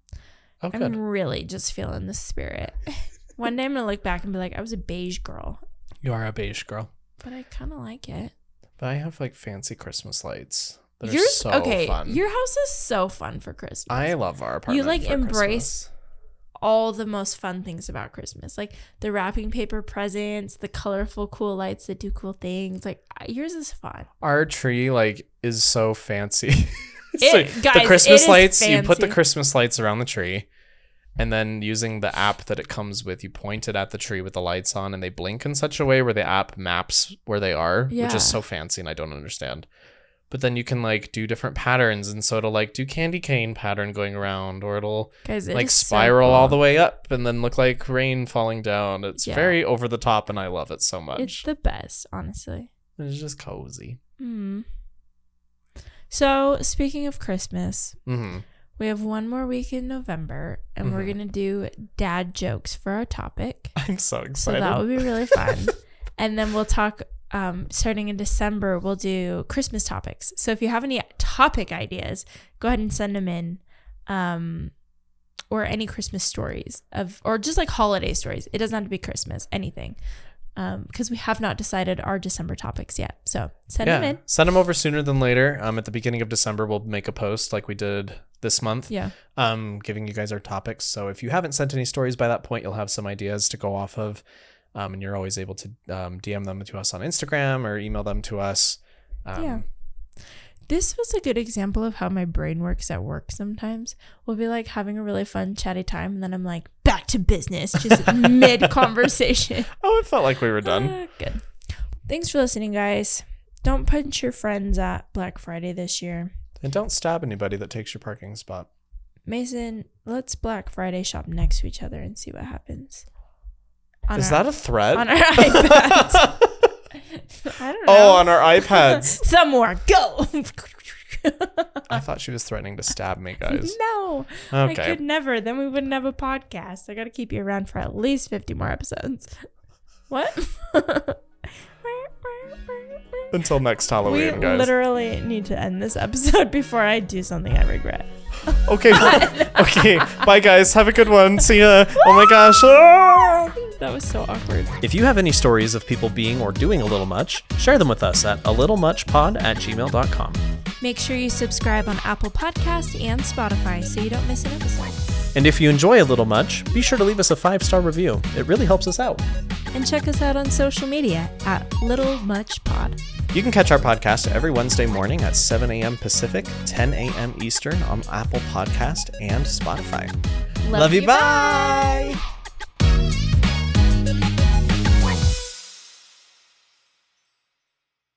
Speaker 1: Oh,
Speaker 2: I'm
Speaker 1: good.
Speaker 2: really just feeling the spirit. *laughs* One day I'm gonna look back and be like, I was a beige girl,
Speaker 1: You are a beige girl.
Speaker 2: but I kind of like it.
Speaker 1: But I have like fancy Christmas lights. They're
Speaker 2: Yours-
Speaker 1: so
Speaker 2: okay,
Speaker 1: fun.
Speaker 2: your house is so fun for Christmas.
Speaker 1: I love our apartment.
Speaker 2: like,
Speaker 1: for
Speaker 2: embrace-
Speaker 1: Christmas.
Speaker 2: All the most fun things about Christmas, like the wrapping paper presents, the colorful, cool lights that do cool things. Like I- yours is fun.
Speaker 1: Our tree like is so fancy. *laughs*
Speaker 2: It- guys,
Speaker 1: the Christmas
Speaker 2: it is
Speaker 1: lights. You put the
Speaker 2: fancy.
Speaker 1: Christmas lights around the tree, and then using the app that it comes with, you point it at the tree with the lights on, and they blink in such a way where the app maps where they are, which
Speaker 2: Yeah.
Speaker 1: is so fancy, and I don't understand. But then you can like do different patterns, and so it'll like do candy cane pattern going around, or it'll
Speaker 2: Guys, it
Speaker 1: like
Speaker 2: is so
Speaker 1: spiral all
Speaker 2: cool.
Speaker 1: the way up and then look like rain falling down. It's
Speaker 2: Yeah.
Speaker 1: very over the top and I love it so much.
Speaker 2: It's
Speaker 1: It's,
Speaker 2: the best, honestly.
Speaker 1: just cozy.
Speaker 2: Hmm. So speaking of Christmas,
Speaker 1: hmm
Speaker 2: We have one more week in November, and we're
Speaker 1: Mhm.
Speaker 2: going to do dad jokes for our topic.
Speaker 1: *laughs* I'm so
Speaker 2: So
Speaker 1: excited.
Speaker 2: that would be really fun. and then we'll talk, um, starting in December, we'll do Christmas topics. So if you have any topic ideas, go ahead and send them in. Um, or any Christmas stories of, or just like holiday stories. It doesn't have to be Christmas, anything. Because we have not decided our December topics yet. So send
Speaker 1: yeah.
Speaker 2: them in.
Speaker 1: Send them over sooner than later. Um, at the beginning of December, we'll make a post like we did this month,
Speaker 2: Yeah.
Speaker 1: um, giving you guys our topics. So if you haven't sent any stories by that point, you'll have some ideas to go off of. Um, and you're always able to um, DM them to us on Instagram or email them to us. Um,
Speaker 2: Yeah. This was a good example of how my brain works at work sometimes. We'll be like having a really fun, chatty time, and then I'm like, back to
Speaker 1: *laughs*
Speaker 2: business, just mid conversation. Ah,
Speaker 1: Oh, it felt like we were done.
Speaker 2: good. Thanks for listening, guys. Don't punch your friends at Black Friday this year.
Speaker 1: and don't stab anybody that takes your parking spot.
Speaker 2: Mason, let's Black Friday shop next to each other and see what happens. On
Speaker 1: Is
Speaker 2: our,
Speaker 1: that a threat? *laughs*
Speaker 2: on our *laughs* iPads? I don't know.
Speaker 1: oh, on
Speaker 2: *laughs*
Speaker 1: our iPads.
Speaker 2: Some more. Go.
Speaker 1: I thought she was threatening to stab me, guys.
Speaker 2: *laughs* no. I
Speaker 1: Okay.
Speaker 2: could never. Then we wouldn't have a podcast. I got to keep you around for at least 50 more episodes. What? *laughs*
Speaker 1: Until next
Speaker 2: we
Speaker 1: Halloween, guys.
Speaker 2: literally need to end this episode *laughs* before I do something I regret.
Speaker 1: Okay. well- okay. Bye, guys. Have a good one. See ya. Oh my gosh. Ah!
Speaker 2: That was so awkward.
Speaker 1: If you have any stories of people being or doing a little much, share them with us at a little much pod at gmail.com.
Speaker 2: Make sure you subscribe on Apple Podcast and Spotify so you don't miss an episode.
Speaker 1: And if you enjoy a little much, be sure to leave us a five star review. It really helps us out.
Speaker 2: And check us out on social media at Little Much Pod.
Speaker 1: You can catch our podcast every Wednesday morning at 7 a.m. Pacific, 10 a.m. Eastern on Apple Podcast and Spotify. Love, you. bye.